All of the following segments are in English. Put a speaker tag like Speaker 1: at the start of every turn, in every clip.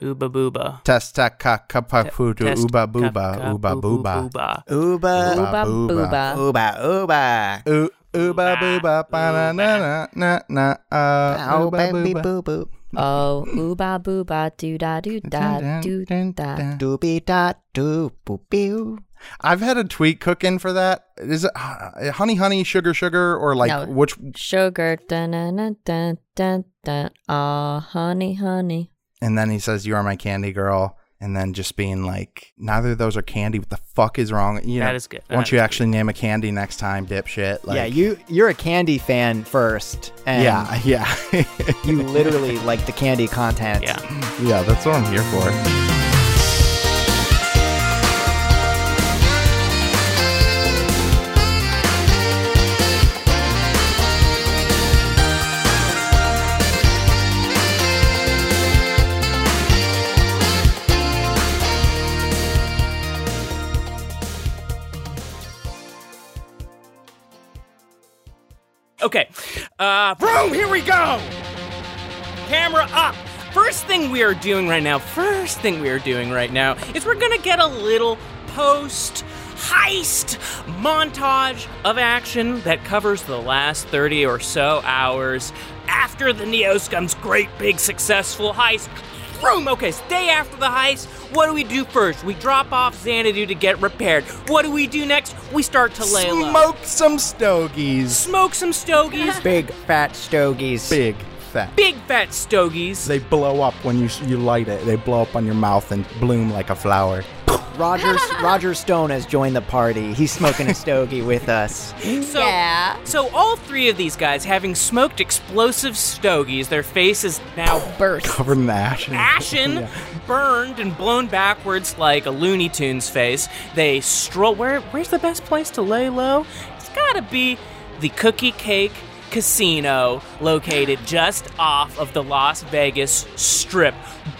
Speaker 1: Ooba Booba.
Speaker 2: Tastakapapudu
Speaker 1: Test- Ka- ka-
Speaker 2: uba booba uba
Speaker 1: boo-
Speaker 2: booba.
Speaker 1: booba.
Speaker 2: Uba
Speaker 3: Ooba booba.
Speaker 2: Uba uba. U- Uba booba ba na na na na uh,
Speaker 4: Oh,
Speaker 2: uba
Speaker 4: baby
Speaker 2: booba.
Speaker 4: boo boo.
Speaker 3: Oh, ooba booba doo da doo da doo da.
Speaker 4: Doobie da doo boo boo.
Speaker 2: I've had a tweet cooking for that. Is it uh, honey, honey, sugar, sugar, or like
Speaker 3: No.
Speaker 2: which?
Speaker 3: Sugar dun dun dun dun dun dun. Aw, honey, honey.
Speaker 2: And then he says, "You are my candy girl," and then just being like, "Neither of those are candy. What the fuck is wrong?" You
Speaker 1: That
Speaker 2: know,
Speaker 1: is good.
Speaker 2: Won't
Speaker 1: That
Speaker 2: you
Speaker 1: is
Speaker 2: actually name a candy next time, dipshit? Like,
Speaker 4: yeah, you you're a candy fan first, and
Speaker 2: Yeah, yeah,
Speaker 4: you literally like the candy content.
Speaker 1: Yeah.
Speaker 2: yeah. That's what I'm here for.
Speaker 1: Okay. Uh, room, here we go. Camera up. First thing we are doing right now, first thing we are doing right now is we're going to get a little post heist montage of action that covers the last 30 or so hours after the Neoscum's great big successful heist. Room. Okay, stay after the heist. What do we do first? We drop off Xanadu to get repaired. What do we do next? We start to lay low.
Speaker 2: Smoke some stogies,
Speaker 1: Smoke some stogies.
Speaker 4: Big fat stogies.
Speaker 2: big fat.
Speaker 1: big fat stogies.
Speaker 2: They blow up when you you light it. They blow up on your mouth and bloom like a flower.
Speaker 4: Roger Roger Stone has joined the party. He's smoking a stogie with us.
Speaker 1: So, So all three of these guys, having smoked explosive stogies, their face is now
Speaker 3: Burst.
Speaker 2: Covered in the ash.
Speaker 1: ashen, burned, and blown backwards like a Looney Tunes face. They stroll. Where? Where's the best place to lay low? It's gotta be the Cookie Cake Casino, located just off of the Las Vegas Strip.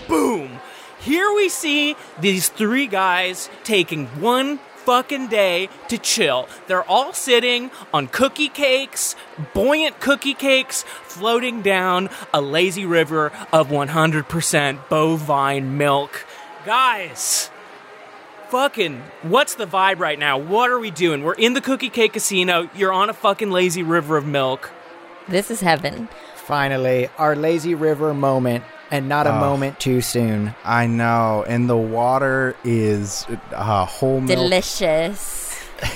Speaker 1: Boom! Here we see these three guys taking one fucking day to chill. They're all sitting on cookie cakes, buoyant cookie cakes, floating down a lazy river of 100% bovine milk. Guys, fucking, what's the vibe right now? What are we doing? We're in the Cookie Cake Casino. You're on a fucking lazy river of milk.
Speaker 3: This is heaven.
Speaker 4: Finally, our lazy river moment, and not a moment too soon.
Speaker 2: I know, and the water is uh, whole milk.
Speaker 3: Delicious.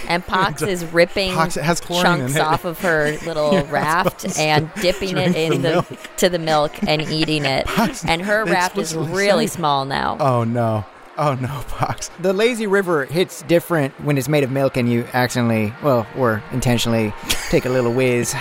Speaker 3: And Pox is ripping
Speaker 2: Pox has chlorine in
Speaker 3: chunks
Speaker 2: it.
Speaker 3: off of her little raft and dipping it in the, to the milk and eating it. and her
Speaker 2: they
Speaker 3: raft is
Speaker 2: explicitly
Speaker 3: really
Speaker 2: say-
Speaker 3: small now.
Speaker 2: Oh no! Oh no, Pox.
Speaker 4: The lazy river hits different when it's made of milk and you accidentally, well, or intentionally take a little whiz.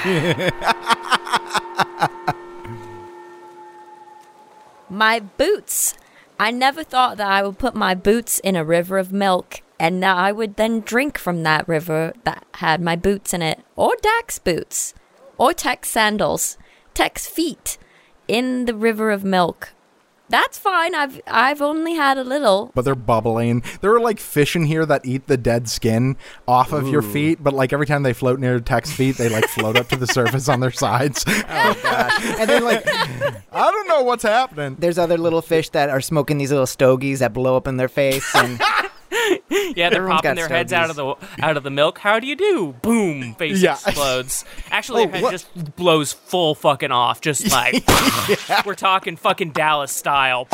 Speaker 3: My boots. I never thought that I would put my boots in a river of milk and that I would then drink from that river that had my boots in it, or Dax boots, or Tex sandals, Tex feet in the river of milk. That's fine. I've I've only had a little.
Speaker 2: But they're bubbling. There are like fish in here that eat the dead skin off of your feet, but like every time they float near Tech's feet, they like float up to the surface on their sides.
Speaker 4: and then, like,
Speaker 2: I don't know what's happening.
Speaker 4: there's other little fish that are smoking these little stogies that blow up in their face. And
Speaker 1: Yeah, they're
Speaker 4: Everyone's
Speaker 1: popping
Speaker 4: got
Speaker 1: their heads out of the out of the milk. How do you do? Boom! Face
Speaker 2: Yeah.
Speaker 1: explodes. Actually,
Speaker 2: Oh,
Speaker 1: their head
Speaker 2: what-
Speaker 1: just blows full fucking off. Just like we're talking fucking Dallas style.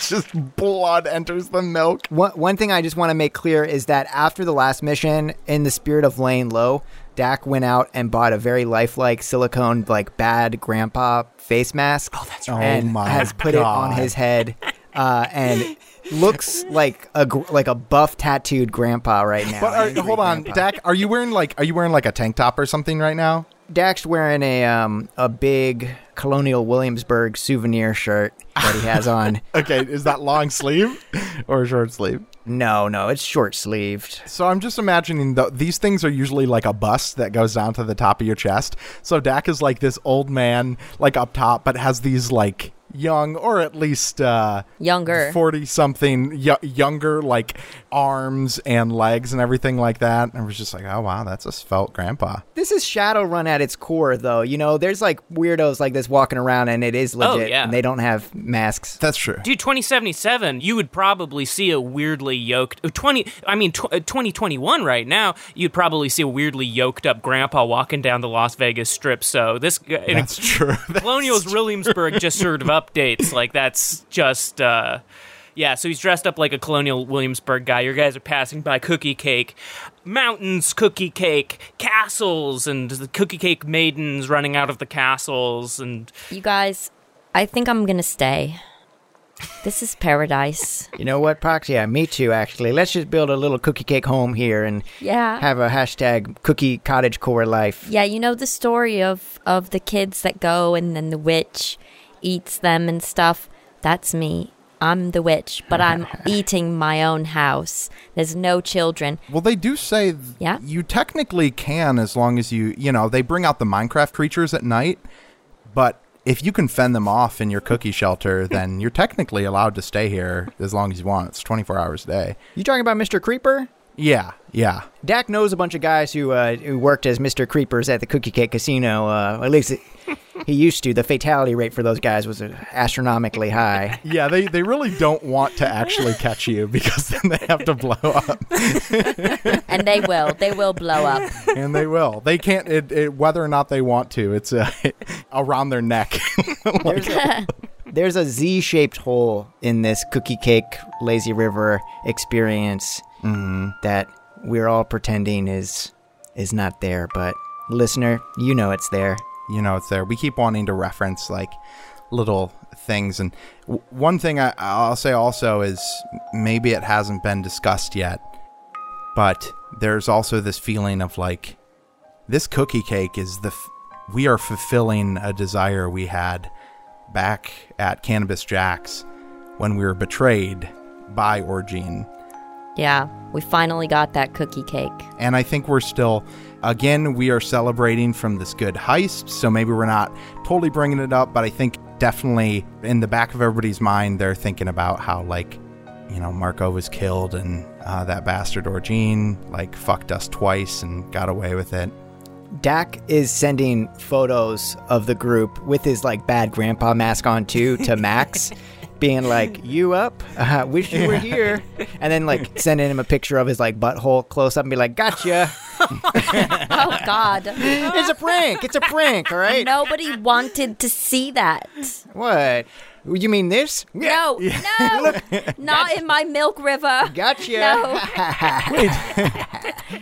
Speaker 2: Just blood enters the milk.
Speaker 4: one, one thing I just want to make clear is that after the last mission, in the spirit of laying low, Dak went out and bought a very lifelike silicone, like, bad grandpa face mask. Oh, that's
Speaker 2: right.
Speaker 4: And
Speaker 2: Oh, my
Speaker 4: has put it on
Speaker 2: God.
Speaker 4: his head. Uh, and looks like a gr- like a buff tattooed grandpa right now.
Speaker 2: But
Speaker 4: Angry
Speaker 2: are, hold on,
Speaker 4: grandpa.
Speaker 2: Dak. Are you wearing like are you wearing like a tank top or something right now?
Speaker 4: Dak's wearing a um a big Colonial Williamsburg souvenir shirt that he has on.
Speaker 2: Okay, is that long sleeve or short sleeve?
Speaker 4: no, no, it's short sleeved.
Speaker 2: So I'm just imagining though these things are usually like a bust that goes down to the top of your chest. So Dak is like this old man, like up top, but has these like young or at least uh
Speaker 3: Younger.
Speaker 2: 40 something y- younger like arms and legs and everything like that and I was just like oh wow that's a svelte grandpa
Speaker 4: This is Shadowrun at its core, though. You know, there's like weirdos like this walking around, and it is legit,
Speaker 1: yeah.
Speaker 4: and they don't have masks.
Speaker 2: that's true
Speaker 1: Dude, 2077, you would probably see a weirdly yoked uh, 20 I mean tw- uh, 2021 right now, you'd probably see a weirdly yoked up grandpa walking down the Las Vegas strip. So this uh, in a-
Speaker 2: that's true
Speaker 1: Colonials Williamsburg just sort of updates like that's just uh yeah, so he's dressed up like a colonial Williamsburg guy. Your guys are passing by cookie cake, mountains, cookie cake, castles, and the cookie cake maidens running out of the castles. And
Speaker 3: You guys, I think I'm gonna stay. This is paradise.
Speaker 4: You know what, Proxy? I meet you actually. Let's just build a little cookie cake home here and
Speaker 3: Yeah.
Speaker 4: have a hashtag cookie cottage core life.
Speaker 3: Yeah, you know the story of of the kids that go and then the witch eats them and stuff. That's me. I'm the witch, but I'm eating my own house. There's no children.
Speaker 2: Well, they do say th-
Speaker 3: Yeah?
Speaker 2: you technically can as long as you, you know, they bring out the Minecraft creatures at night, but if you can fend them off in your cookie shelter, then you're technically allowed to stay here as long as you want. It's 24 hours a day.
Speaker 4: You talking about Mr. Creeper?
Speaker 2: Yeah, yeah.
Speaker 4: Dak knows a bunch of guys who uh, who worked as Mr. Creepers at the Cookie Cake Casino. Uh, at least it, he used to. The fatality rate for those guys was uh, astronomically high.
Speaker 2: Yeah, they, they really don't want to actually catch you because then they have to blow up.
Speaker 3: And they will. They will blow up.
Speaker 2: And they will. They can't, it, it, whether or not they want to, it's uh, around their neck.
Speaker 4: There's a, there's a Z-shaped hole in this Cookie Cake Lazy River experience that we're all pretending is is not there, but listener, you know it's there.
Speaker 2: you know it's there we keep wanting to reference like little things and w- one thing I, i'll say also is maybe it hasn't been discussed yet but there's also this feeling of like this cookie cake is the f- we are fulfilling a desire we had back at cannabis jacks when we were betrayed by orgene
Speaker 3: Yeah, we finally got that cookie cake.
Speaker 2: and I think we're still, again, we are celebrating from this good heist. So maybe we're not totally bringing it up, but I think definitely in the back of everybody's mind, they're thinking about how, like, you know, Marco was killed and uh, that bastard Orgene, like, fucked us twice and got away with it.
Speaker 4: Dak is sending photos of the group with his like bad grandpa mask on too to Max, being like, "You up? Uh, wish you were here." And then like sending him a picture of his like butthole close up and be like, "Gotcha!
Speaker 3: Oh God.
Speaker 4: It's a prank! It's a prank! All right?
Speaker 3: Nobody wanted to see that.
Speaker 4: What? You mean this?
Speaker 3: No, no, not in my milk river.
Speaker 4: Gotcha!
Speaker 3: No.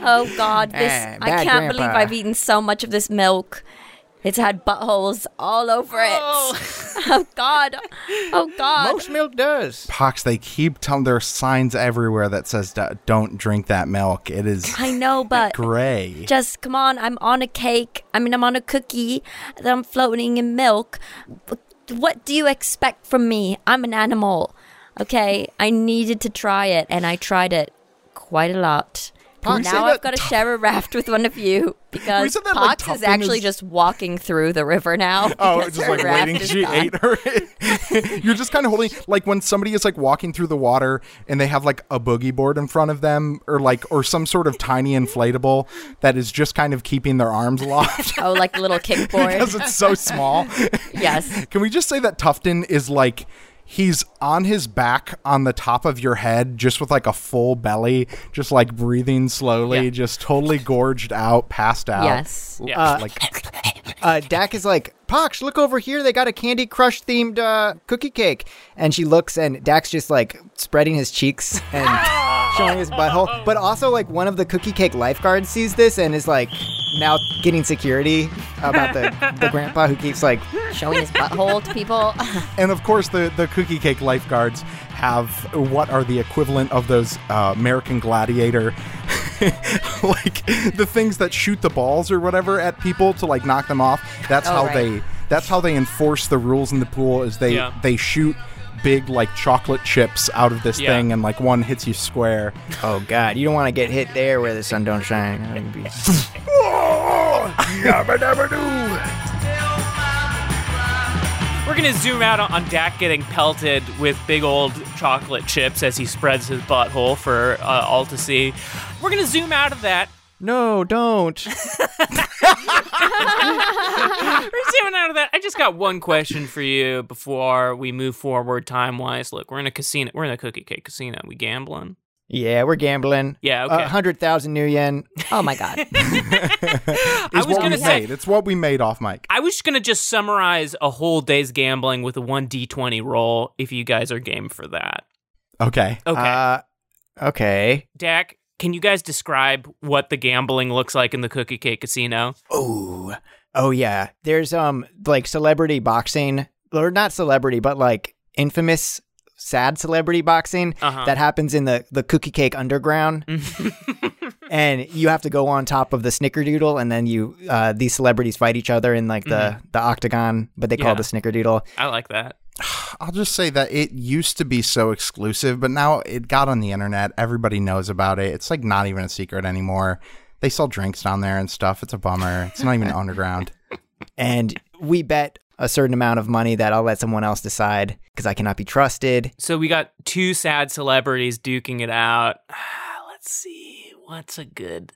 Speaker 3: oh God, this
Speaker 4: Eh,
Speaker 3: I
Speaker 4: bad
Speaker 3: can't believe
Speaker 4: grandpa.
Speaker 3: I've eaten so much of this milk. It's had buttholes all over it. Oh, God. Oh God.
Speaker 4: Most milk does.
Speaker 2: Pox, they keep telling, there are signs everywhere that says, "D- don't drink that milk. It is
Speaker 3: I know, but
Speaker 2: gray.
Speaker 3: just come on, I'm on a cake. I mean I'm on a cookie that I'm floating in milk. What do you expect from me? I'm an animal. Okay. I needed to try it and I tried it quite a lot.
Speaker 2: Pox, say
Speaker 3: now I've
Speaker 2: that
Speaker 3: got to
Speaker 2: tough-
Speaker 3: share a raft with one of you because
Speaker 2: said that, like,
Speaker 3: Pox
Speaker 2: tough
Speaker 3: is
Speaker 2: thing
Speaker 3: actually
Speaker 2: is-
Speaker 3: just walking through the river now.
Speaker 2: Oh,
Speaker 3: because
Speaker 2: just
Speaker 3: her
Speaker 2: like
Speaker 3: raft
Speaker 2: waiting.
Speaker 3: is
Speaker 2: She
Speaker 3: gone.
Speaker 2: ate her. You're just kind of holding, like when somebody is like walking through the water and they have like a boogie board in front of them, or like or some sort of tiny inflatable that is just kind of keeping their arms aloft
Speaker 3: Oh, like a little
Speaker 2: because
Speaker 3: kickboard.
Speaker 2: it's so small.
Speaker 3: yes.
Speaker 2: Can we just say that Tufton is like he's on his back on the top of your head, just with like a full belly, just like breathing slowly,
Speaker 1: Yeah.
Speaker 2: just totally gorged out, passed out.
Speaker 3: Yes.
Speaker 1: Yeah.
Speaker 2: Uh, like
Speaker 4: Uh, Dak is like, Pox, look over here. They got a Candy Crush themed uh, cookie cake. And she looks, and Dak's just like spreading his cheeks and showing his butthole. But also, like, one of the cookie cake lifeguards sees this and is like now getting security about the, the grandpa who keeps like,
Speaker 3: Showing his butthole to people.
Speaker 2: And of course, the, the cookie cake lifeguards have what are the equivalent of those uh, American gladiator, like the things that shoot the balls or whatever at people to like knock them off. That's
Speaker 3: Oh,
Speaker 2: how
Speaker 3: right.
Speaker 2: they that's how they enforce the rules in the pool. Is they
Speaker 1: Yeah.
Speaker 2: they shoot big like chocolate chips out of this
Speaker 1: Yeah.
Speaker 2: thing, and like one hits you square.
Speaker 4: oh God, you don't want to get hit there where the sun don't shine. That would be-
Speaker 1: We're gonna zoom out on, on Dak getting pelted with big old chocolate chips as he spreads his butthole for uh, all to see. We're gonna zoom out of that.
Speaker 2: No, don't.
Speaker 1: We're zooming out of that. I just got one question for you before we move forward time wise. Look, we're in a casino. We're in a cookie cake casino. We gambling?
Speaker 4: Yeah, we're gambling.
Speaker 1: Yeah,
Speaker 4: A
Speaker 1: okay.
Speaker 4: hundred thousand new yen.
Speaker 3: Oh my god.
Speaker 1: I was
Speaker 2: It's what
Speaker 1: gonna
Speaker 2: we
Speaker 1: say.
Speaker 2: made. It's what we made off mic.
Speaker 1: I was gonna just summarize a whole day's gambling with a one d twenty roll. If you guys are game for that,
Speaker 2: Okay.
Speaker 1: okay.
Speaker 4: Uh, okay.
Speaker 1: Dak, can you guys describe what the gambling looks like in the Cookie Cake Casino?
Speaker 4: Oh, oh yeah. There's um like celebrity boxing, or not celebrity, but like infamous sad celebrity boxing
Speaker 1: Uh-huh.
Speaker 4: that happens in the the cookie cake underground. and you have to go on top of the snickerdoodle, and then you uh, these celebrities fight each other in like the the octagon, but they call
Speaker 1: Mm-hmm. Yeah.
Speaker 4: it the snickerdoodle.
Speaker 1: I like that.
Speaker 2: I'll just say that it used to be so exclusive, but now it got on the internet. Everybody knows about it. It's like not even a secret anymore. They sell drinks down there and stuff. It's a bummer. It's not even underground.
Speaker 4: And we bet a certain amount of money that I'll let someone else decide because I cannot be trusted.
Speaker 1: So we got two sad celebrities duking it out. Let's see what's a good.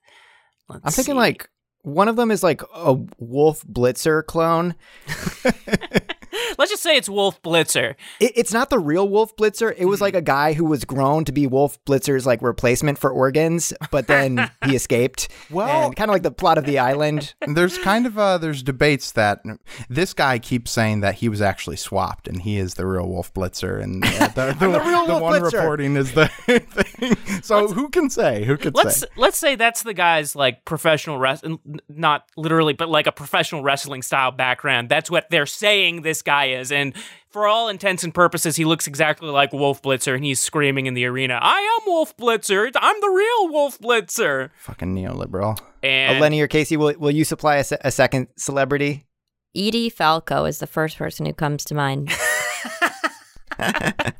Speaker 1: Let's
Speaker 4: I'm thinking
Speaker 1: see.
Speaker 4: like one of them is like a Wolf Blitzer clone.
Speaker 1: let's just say it's Wolf Blitzer.
Speaker 4: It, it's not the real Wolf Blitzer. It was like a guy who was grown to be Wolf Blitzer's like replacement for organs, but then he escaped.
Speaker 2: Well-
Speaker 4: kind of like the plot of The Island.
Speaker 2: there's kind of uh there's debates that this guy keeps saying that he was actually swapped and he is the real Wolf Blitzer and uh, the, the,
Speaker 4: real
Speaker 2: the
Speaker 4: Wolf
Speaker 2: one
Speaker 4: Blitzer.
Speaker 2: reporting is the thing. So who can say? Who can
Speaker 1: Let's
Speaker 2: say?
Speaker 1: let's say that's the guy's like professional wrest, n- not literally, but like a professional wrestling style background. That's what they're saying this guy is, and for all intents and purposes, he looks exactly like Wolf Blitzer, and he's screaming in the arena, "I am Wolf Blitzer! I'm the real Wolf Blitzer!"
Speaker 2: Fucking neoliberal.
Speaker 1: And
Speaker 4: Eleni or Casey, will, will you supply a, se- a second celebrity?
Speaker 3: Edie Falco is the first person who comes to mind.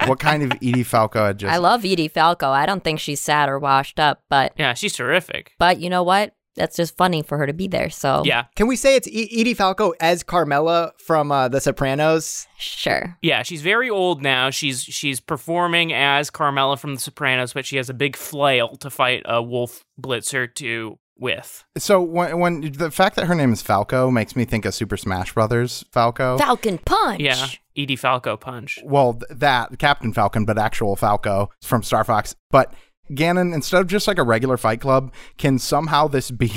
Speaker 2: What kind of Edie Falco had just
Speaker 3: I love Edie Falco. I don't think she's sad or washed up, but
Speaker 1: yeah, she's terrific.
Speaker 3: but you know what? That's just funny for her to be there. So
Speaker 1: Yeah,
Speaker 4: Can we say it's e- Edie Falco as Carmela from uh, The Sopranos?
Speaker 3: sure.
Speaker 1: Yeah, she's very old now. She's she's performing as Carmela from The Sopranos, but she has a big flail to fight a wolf blitzer to with.
Speaker 2: So when, when the fact that her name is Falco makes me think of Super Smash Brothers Falco.
Speaker 3: Falcon Punch.
Speaker 1: Oh. Yeah, Edie Falco punch.
Speaker 2: well, th- that Captain Falcon, but actual Falco from Star Fox. But Ganon, instead of just like a regular Fight Club, can somehow this be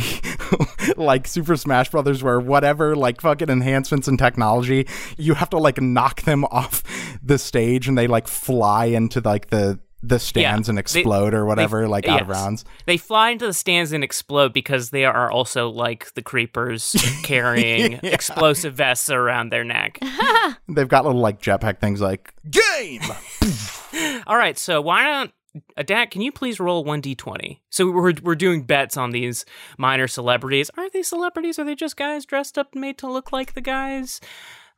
Speaker 2: like Super Smash Brothers, where whatever like fucking enhancements in technology, you have to like knock them off the stage, and they like fly into like the the stands
Speaker 1: Yeah,
Speaker 2: and
Speaker 1: they-
Speaker 2: explode or whatever,
Speaker 1: they-
Speaker 2: like out of
Speaker 1: yes.
Speaker 2: rounds.
Speaker 1: They fly into the stands and explode because they are also like the creepers carrying explosive vests around their neck.
Speaker 2: They've got little like jetpack things, like game.
Speaker 1: All right, so why don't Dak? Can you please roll one d twenty? So we're we're doing bets on these minor celebrities. Are they celebrities? Are they just guys dressed up and made to look like the guys?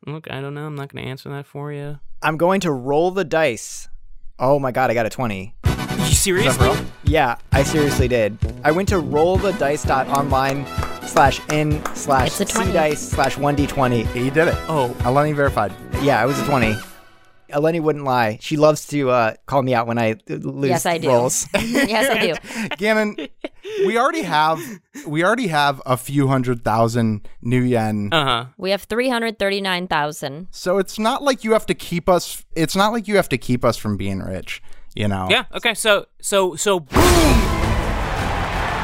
Speaker 1: Look, I don't know. I'm not going to answer that for you.
Speaker 4: I'm going to roll the dice. Oh my god, I got a 20.
Speaker 1: You seriously?
Speaker 4: Yeah, I seriously did. I went to rollthedice.online slash n slash
Speaker 3: It's a 20.
Speaker 4: c dice slash 1d20.
Speaker 2: he did it.
Speaker 1: Oh.
Speaker 2: Eleni verified.
Speaker 4: Yeah, I was a 20. Eleni wouldn't lie. She loves to uh, call me out when I uh, lose
Speaker 3: Yes, I do.
Speaker 4: rolls.
Speaker 3: yes, I do.
Speaker 2: Gannon, we already have we already have a few hundred thousand new yen.
Speaker 1: Uh huh.
Speaker 3: We have three hundred thirty-nine thousand.
Speaker 2: so it's not like you have to keep us it's not like you have to keep us from being rich, you know.
Speaker 1: Yeah. Okay. So so so boom.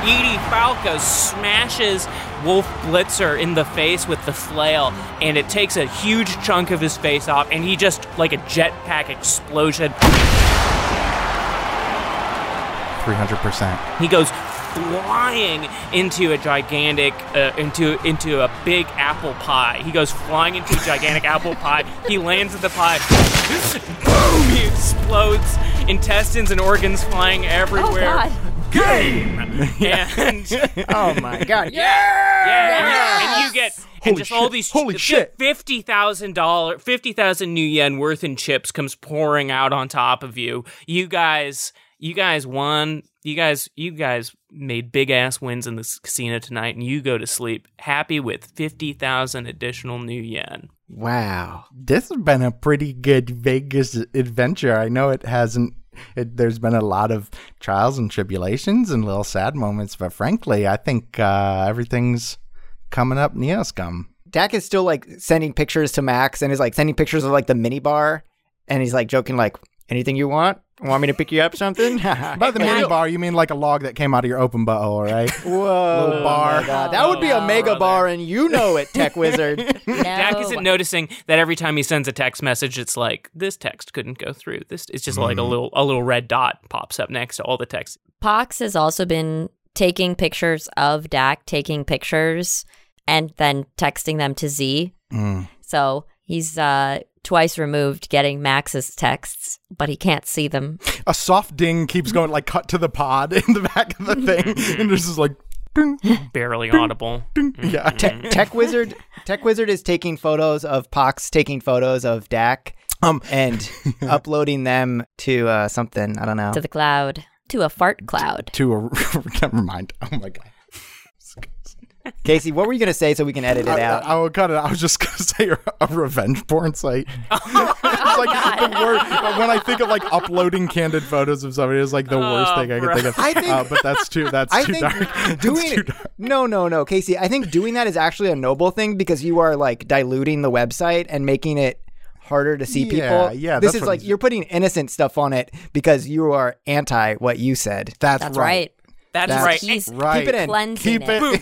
Speaker 1: Edie Falco smashes Wolf Blitzer in the face with the flail, and it takes a huge chunk of his face off, and he just like a jetpack explosion.
Speaker 2: 300%.
Speaker 1: He goes flying into a gigantic uh, into into a big apple pie. He goes flying into a gigantic apple pie. He lands at the pie. Boom! He explodes. Intestines and organs flying
Speaker 3: Oh
Speaker 1: everywhere.
Speaker 3: God.
Speaker 1: Game. And
Speaker 4: Oh my god. Yeah.
Speaker 1: yeah, and you get and
Speaker 2: Holy
Speaker 1: just all
Speaker 2: shit.
Speaker 1: these
Speaker 2: Holy shit.
Speaker 1: fifty thousand dollar fifty thousand new yen worth in chips comes pouring out on top of you. You guys, you guys won. You guys, you guys made big ass wins in this casino tonight, and you go to sleep happy with fifty thousand additional new yen.
Speaker 4: Wow.
Speaker 2: This has been a pretty good Vegas adventure. I know it hasn't. It, there's been a lot of trials and tribulations and little sad moments, but frankly, I think uh, everything's coming up neoscum.
Speaker 4: Dak is still like sending pictures to Max and is like sending pictures of like the mini bar and he's like joking like anything you want? Want me to pick you up something?
Speaker 2: By the mini bar, you mean like a log that came out of your open butthole, right?
Speaker 4: Whoa.
Speaker 2: Little bar.
Speaker 4: my God. That would be a
Speaker 1: Oh,
Speaker 4: mega
Speaker 1: brother.
Speaker 4: bar and you know it, Tech Wizard.
Speaker 3: No.
Speaker 1: Dak isn't noticing that every time he sends a text message, it's like this text couldn't go through. This it's just
Speaker 2: Mm-hmm.
Speaker 1: like a little a little red dot pops up next to all the text.
Speaker 3: Pox has also been taking pictures of Dak, taking pictures, and then texting them to Z.
Speaker 2: Mm.
Speaker 3: So he's uh, twice removed getting Max's texts, but he can't see them.
Speaker 2: A soft ding keeps going, like cut to the pod in the back of the
Speaker 4: Mm-hmm.
Speaker 2: thing, and this is like, ding,
Speaker 1: Barely audible.
Speaker 2: yeah.
Speaker 4: Te- Tech Wizard Tech Wizard is taking photos of Pox taking photos of Dak
Speaker 2: Um,
Speaker 4: and uploading them to uh, something. I don't know.
Speaker 3: To the cloud, to a fart cloud.
Speaker 2: to a never mind. Oh my god.
Speaker 4: Casey, what were you gonna say so we can edit it
Speaker 2: I,
Speaker 4: out?
Speaker 2: I, I will cut it. I was just gonna say a revenge porn site. it's like the word. but When I think of like uploading candid photos of somebody, it's like the worst thing I can think of.
Speaker 4: Oh, I think-
Speaker 2: uh, but that's too. That's
Speaker 4: I
Speaker 2: too
Speaker 4: think
Speaker 2: dark. That's
Speaker 4: doing
Speaker 2: too
Speaker 4: it.
Speaker 2: dark.
Speaker 4: No, no, no, Casey. I think doing that is actually a noble thing because you are like diluting the website and making it harder to see
Speaker 2: Yeah,
Speaker 4: people.
Speaker 2: yeah,
Speaker 4: This
Speaker 2: that's
Speaker 4: is
Speaker 2: what
Speaker 4: like
Speaker 2: he's-
Speaker 4: you're putting innocent stuff on it because you are anti what you said.
Speaker 2: That's,
Speaker 3: That's
Speaker 2: right.
Speaker 3: right.
Speaker 1: That's,
Speaker 4: That's-
Speaker 1: right.
Speaker 3: He's
Speaker 2: Right.
Speaker 4: Keep it in.
Speaker 3: cleansing
Speaker 2: Keep it.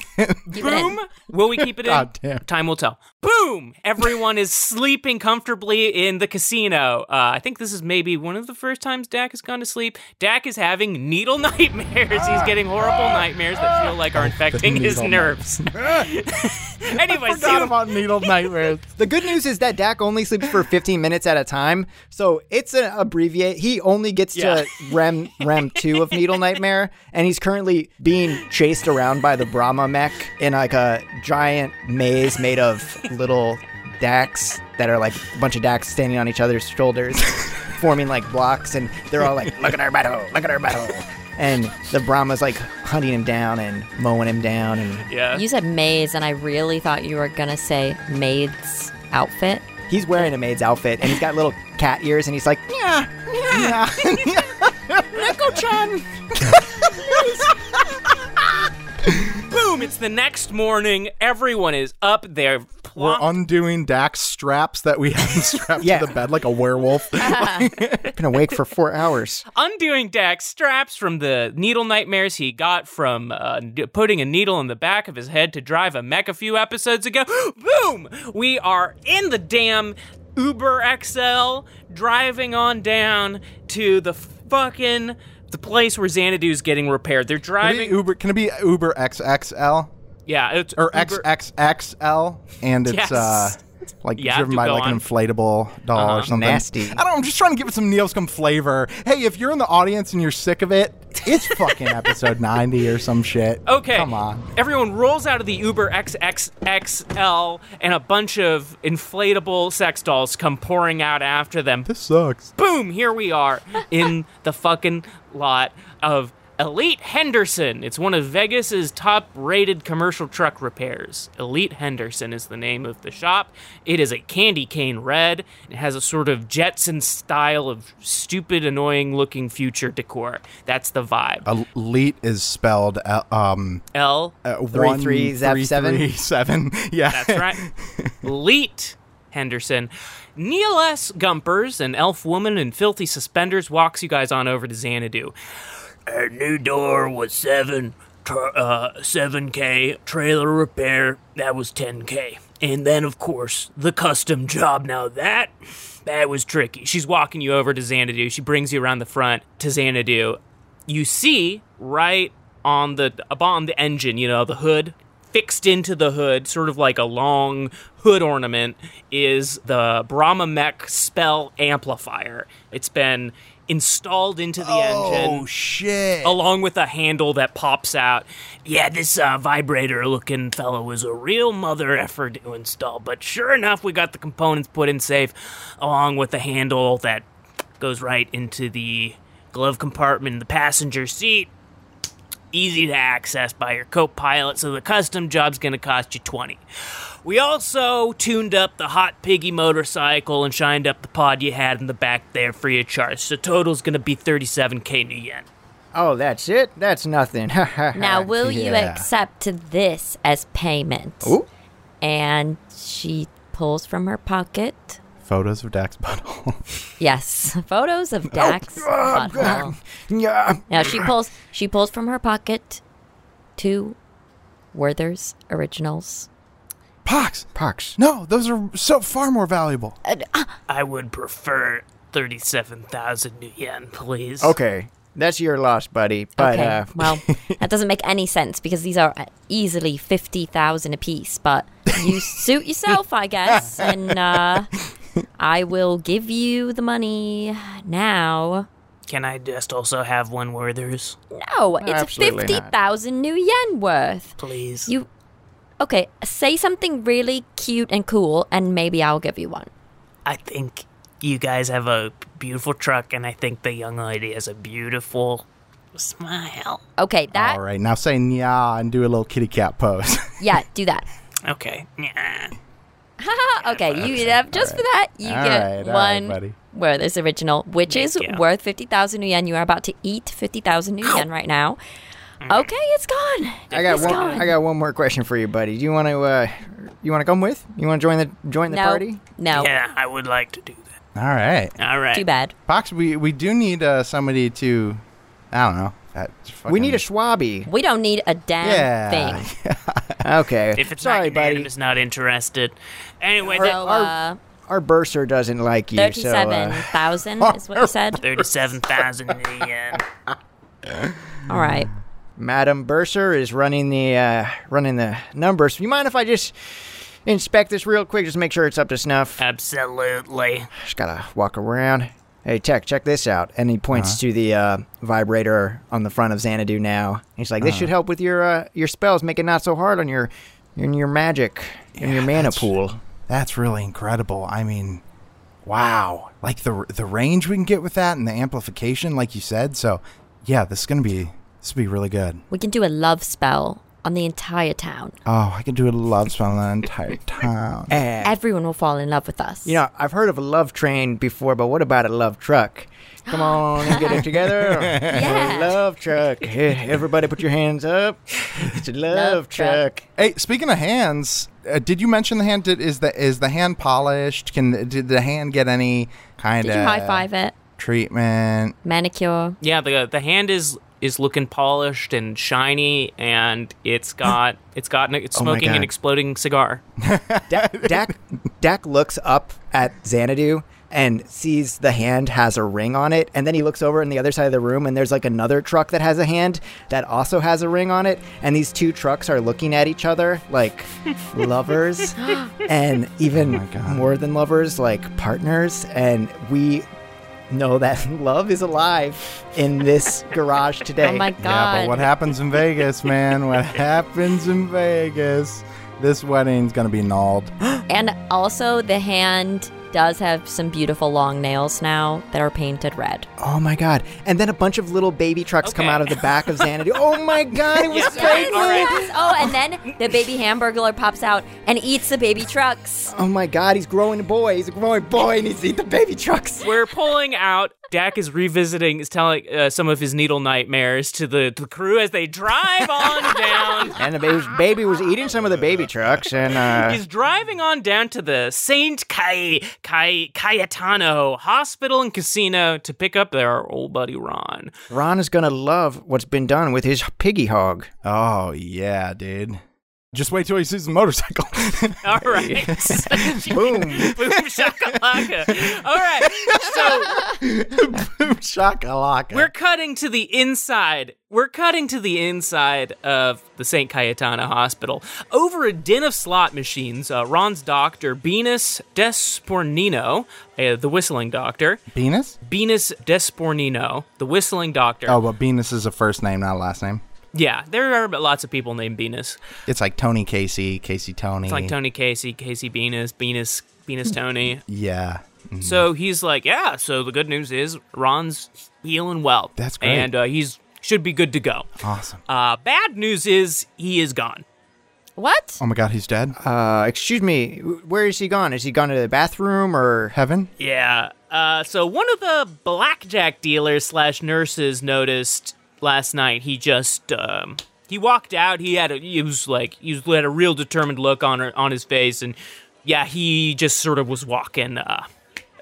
Speaker 3: Keep it in.
Speaker 1: Boom. Will we keep it in?
Speaker 2: God damn.
Speaker 1: Time will tell. Boom. Everyone is sleeping comfortably in the casino. Uh, I think this is maybe one of the first times Dak has gone to sleep. Dak is having needle nightmares. He's getting horrible nightmares that feel like are infecting his
Speaker 2: needle
Speaker 1: nerves. anyway, see
Speaker 2: Forgot
Speaker 1: you
Speaker 2: about needle nightmares.
Speaker 4: The good news is that Dak only sleeps for 15 minutes at a time, so it's an abbreviate. He only gets
Speaker 1: Yeah.
Speaker 4: to REM REM two of Needle Nightmare, and he's currently being chased around by the Brahma mech in like a giant maze made of little Daks that are like a bunch of Daks standing on each other's shoulders, forming like blocks, and they're all like, "Look at our battle! Look at our battle!" And the Brahma's like hunting him down and mowing him down, and
Speaker 1: Yeah.
Speaker 3: You said maze, and I really thought you were gonna say maid's outfit.
Speaker 4: He's wearing a maid's outfit and he's got little cat ears and he's like, yeah, yeah, chan.
Speaker 1: Boom! It's the next morning. Everyone is up. They're
Speaker 2: We're
Speaker 1: plonked.
Speaker 2: undoing Dax straps that we had strapped
Speaker 4: Uh-huh. Yeah.
Speaker 2: to the bed like a werewolf.
Speaker 4: Been awake for four hours.
Speaker 1: undoing Dak's straps from the needle nightmares he got from uh, d- putting a needle in the back of his head to drive a mech a few episodes ago. Boom! We are in the damn Uber XL, driving on down to the fucking the place where Xanadu's getting repaired. They're
Speaker 2: Can it
Speaker 1: driving.
Speaker 2: be Uber, can it be Uber XXL
Speaker 1: yeah, it's
Speaker 2: or
Speaker 1: Uber-
Speaker 2: XXXL? And it's
Speaker 1: Yes.
Speaker 2: uh, like
Speaker 1: You have
Speaker 2: driven
Speaker 1: to
Speaker 2: by
Speaker 1: go
Speaker 2: like an
Speaker 1: on. Uh-huh.
Speaker 2: inflatable doll or something.
Speaker 4: Nasty.
Speaker 2: I don't. know, I'm just trying to give it some Neoscum flavor. Hey, if you're in the audience and you're sick of it, it's fucking episode 90 or some shit.
Speaker 1: Okay.
Speaker 2: come on.
Speaker 1: Everyone rolls out of the Uber XXXL, and a bunch of inflatable sex dolls come pouring out after them.
Speaker 2: This sucks.
Speaker 1: boom, here we are in the fucking lot of Elite Henderson. It's one of Vegas's top-rated commercial truck repairs. Elite Henderson is the name of the shop. It is a candy cane red. It has a sort of Jetson style of stupid, annoying-looking future decor. That's the vibe.
Speaker 2: Uh, Elite is spelled uh, um
Speaker 1: L.
Speaker 2: uh,
Speaker 4: Three,
Speaker 2: one,
Speaker 4: three, zap, seven?
Speaker 2: three, seven. Yeah,
Speaker 1: That's right. Leet Henderson. Neil S. Gumpers, an elf woman in filthy suspenders, walks you guys on over to Xanadu. Our new door was seven, tr- uh, 7K, trailer repair, that was 10K. And then, of course, the custom job. Now that, that was tricky. She's walking you over to Xanadu. She brings you around the front to Xanadu. You see right on the, on the engine, you know, the hood, fixed into the hood, sort of like a long hood ornament, is the Brahma Mech spell amplifier. It's been installed into the engine
Speaker 2: Oh shit.
Speaker 1: along with a handle that pops out. Yeah, this uh, vibrator looking fellow was a real mother effort to install, but sure enough, we got the components put in safe along with a handle that goes right into the glove compartment in the passenger seat. Easy to access by your co pilot, so the custom job's gonna cost you 20. We also tuned up the hot piggy motorcycle and shined up the pod you had in the back there free of charge. So total's gonna be 37k new yen.
Speaker 4: Oh, that's it? That's nothing.
Speaker 3: Now,
Speaker 4: now,
Speaker 3: will you
Speaker 2: Yeah.
Speaker 3: accept this as payment?
Speaker 4: Ooh.
Speaker 3: And she pulls from her pocket.
Speaker 2: Photos of Dax Butthole.
Speaker 3: Yes, photos
Speaker 4: Oh,
Speaker 3: of Dax. Butthole.
Speaker 4: yeah.
Speaker 3: Now she pulls. She pulls from her pocket two Werther's originals.
Speaker 2: Pox!
Speaker 4: Parks.
Speaker 2: No, those are so far more valuable.
Speaker 1: I would prefer 37,000 new yen, please.
Speaker 4: Okay. That's your loss, buddy. But
Speaker 3: okay.
Speaker 4: uh,
Speaker 3: well, that doesn't make any sense because these are easily fifty thousand apiece. But you suit yourself, I guess, and uh, I will give you the money now.
Speaker 1: Can I just also have one Werther's,
Speaker 3: No, it's
Speaker 4: Absolutely
Speaker 3: fifty
Speaker 4: not.
Speaker 3: thousand new yen worth.
Speaker 1: please?
Speaker 3: You, okay? Say something really cute and cool, and maybe I'll give you one.
Speaker 1: I think you guys have a beautiful truck, and I think the young lady has a beautiful smile.
Speaker 3: Okay, that
Speaker 2: All right, now say nya and do a little kitty cat pose.
Speaker 3: yeah, do that.
Speaker 1: Okay. Yeah.
Speaker 3: okay, you have just for that you
Speaker 2: All
Speaker 3: get
Speaker 2: right, all right,
Speaker 3: one
Speaker 2: buddy.
Speaker 3: where there's original, which is
Speaker 1: you.
Speaker 3: worth fifty thousand new yen. You are about to eat fifty thousand new yen right now.
Speaker 2: Mm.
Speaker 3: Okay, it's gone.
Speaker 4: I got
Speaker 3: It's
Speaker 4: one.
Speaker 3: gone.
Speaker 4: I got one more question for you, buddy. Do you want to? Uh, you want to come with? You want to join the join the
Speaker 3: no,
Speaker 4: party?
Speaker 3: no,
Speaker 1: Yeah, I would like to do that.
Speaker 2: All right.
Speaker 1: All right.
Speaker 3: too bad.
Speaker 2: Pox, we, we do need uh, somebody to. I don't know. That fucking-
Speaker 4: We need a Schwabi.
Speaker 3: We don't need a damn
Speaker 2: Yeah.
Speaker 3: thing.
Speaker 4: Okay.
Speaker 1: If it's
Speaker 4: Sorry,
Speaker 1: not
Speaker 4: buddy.
Speaker 1: unanimous, not interested. Anyway,
Speaker 3: So,
Speaker 1: that,
Speaker 3: uh,
Speaker 4: Our bursar doesn't like you. So,
Speaker 3: thirty-seven
Speaker 4: uh,
Speaker 3: thousand is what you said.
Speaker 1: 37,000 yen.
Speaker 3: All right.
Speaker 4: Madam Bursar is running the uh, running the numbers. You mind if I just inspect this real quick? Just make sure it's up to snuff.
Speaker 1: Absolutely.
Speaker 4: Just gotta walk around. Hey, Tech, check this out. And he points to the uh, vibrator on the front of Xanadu now. He's like, this should help with your uh, your spells, make it not so hard on your in your magic and your mana
Speaker 2: that's-
Speaker 4: pool.
Speaker 2: That's really incredible. I mean, wow. Like the the range we can get with that and the amplification, like you said. So, yeah, this is gonna be this will be really good.
Speaker 3: We can do a love spell on the entire town.
Speaker 2: Oh, I could do a love spell on the entire town.
Speaker 3: Everyone will fall in love with us.
Speaker 4: You know, I've heard of a love train before, but what about a love truck? Come on and get it together.
Speaker 3: Yeah.
Speaker 4: A love truck. Hey, everybody put your hands up. It's a love,
Speaker 3: truck.
Speaker 4: truck.
Speaker 2: Hey, speaking of hands, uh, did you mention the hand? Did, is the is the hand polished? Can did the hand get any kind
Speaker 3: Did
Speaker 2: of
Speaker 4: uh,
Speaker 3: you high five it?
Speaker 2: treatment?
Speaker 3: Manicure.
Speaker 1: Yeah, the the hand is is looking polished and shiny, and it's got it's got it's
Speaker 2: Oh my
Speaker 1: smoking an
Speaker 2: God.
Speaker 1: exploding cigar.
Speaker 4: Dak, Dak, Dak looks up at Xanadu and sees the hand has a ring on it. And then he looks over in the other side of the room and there's like another truck that has a hand that also has a ring on it. And these two trucks are looking at each other like lovers and
Speaker 3: Oh
Speaker 4: even more than lovers, like partners. And we know that love is alive in this garage today.
Speaker 3: Oh my
Speaker 2: Yeah,
Speaker 3: god.
Speaker 2: but what happens in Vegas, man? What happens in Vegas? This wedding's gonna be gnawed.
Speaker 3: And also, the hand does have some beautiful long nails now that are painted red.
Speaker 4: Oh my god. And then a bunch of little baby trucks come
Speaker 1: Okay.
Speaker 4: out of the back of Xanadu. oh my god, it was pregnant.
Speaker 3: Oh, and then the baby hamburger pops out and eats the baby trucks.
Speaker 4: Oh my god, he's growing a boy. He's a growing boy and he's eat the baby trucks.
Speaker 1: We're pulling out. Dak is revisiting, is telling uh, some of his needle nightmares to the to the crew as they drive on down.
Speaker 4: And the baby's, baby was eating some of the baby trucks and uh
Speaker 1: He's driving on down to the Saint Cai Cai Cayetano Hospital and Casino to pick up their old buddy Ron.
Speaker 4: Ron is gonna love what's been done with his piggy hog.
Speaker 2: Oh yeah, dude. Just wait till he sees the motorcycle.
Speaker 1: All right. Boom. Boom shakalaka. All right. So
Speaker 2: Shakalaka.
Speaker 1: We're cutting to the inside. We're cutting to the inside of the St. Cayetana Hospital. Over a den of slot machines, uh, Ron's doctor, Venus Despornino, uh, the whistling doctor,
Speaker 2: Venus?
Speaker 1: Venus Despornino, the whistling doctor.
Speaker 2: Oh, but Venus is a first name, not a last name.
Speaker 1: Yeah, there are lots of people named Venus.
Speaker 2: It's like Tony Casey, Casey Tony.
Speaker 1: It's like Tony Casey, Casey Venus, Venus, Venus
Speaker 2: Mm.
Speaker 1: Tony.
Speaker 2: Yeah. Mm.
Speaker 1: So he's like, yeah. So the good news is Ron's healing well.
Speaker 2: That's great.
Speaker 1: and uh, he's should be good to go.
Speaker 2: Awesome.
Speaker 1: Uh, bad news is he is gone.
Speaker 3: What?
Speaker 2: Oh my god, he's dead.
Speaker 4: Uh, excuse me, where is he gone? Is he gone to the bathroom or?
Speaker 2: Heaven?
Speaker 1: Yeah. Uh, so one of the blackjack dealers slash nurses noticed last night. He just um, he walked out. He had a, he was like he was, had a real determined look on her, on his face, and yeah, he just sort of was walking uh,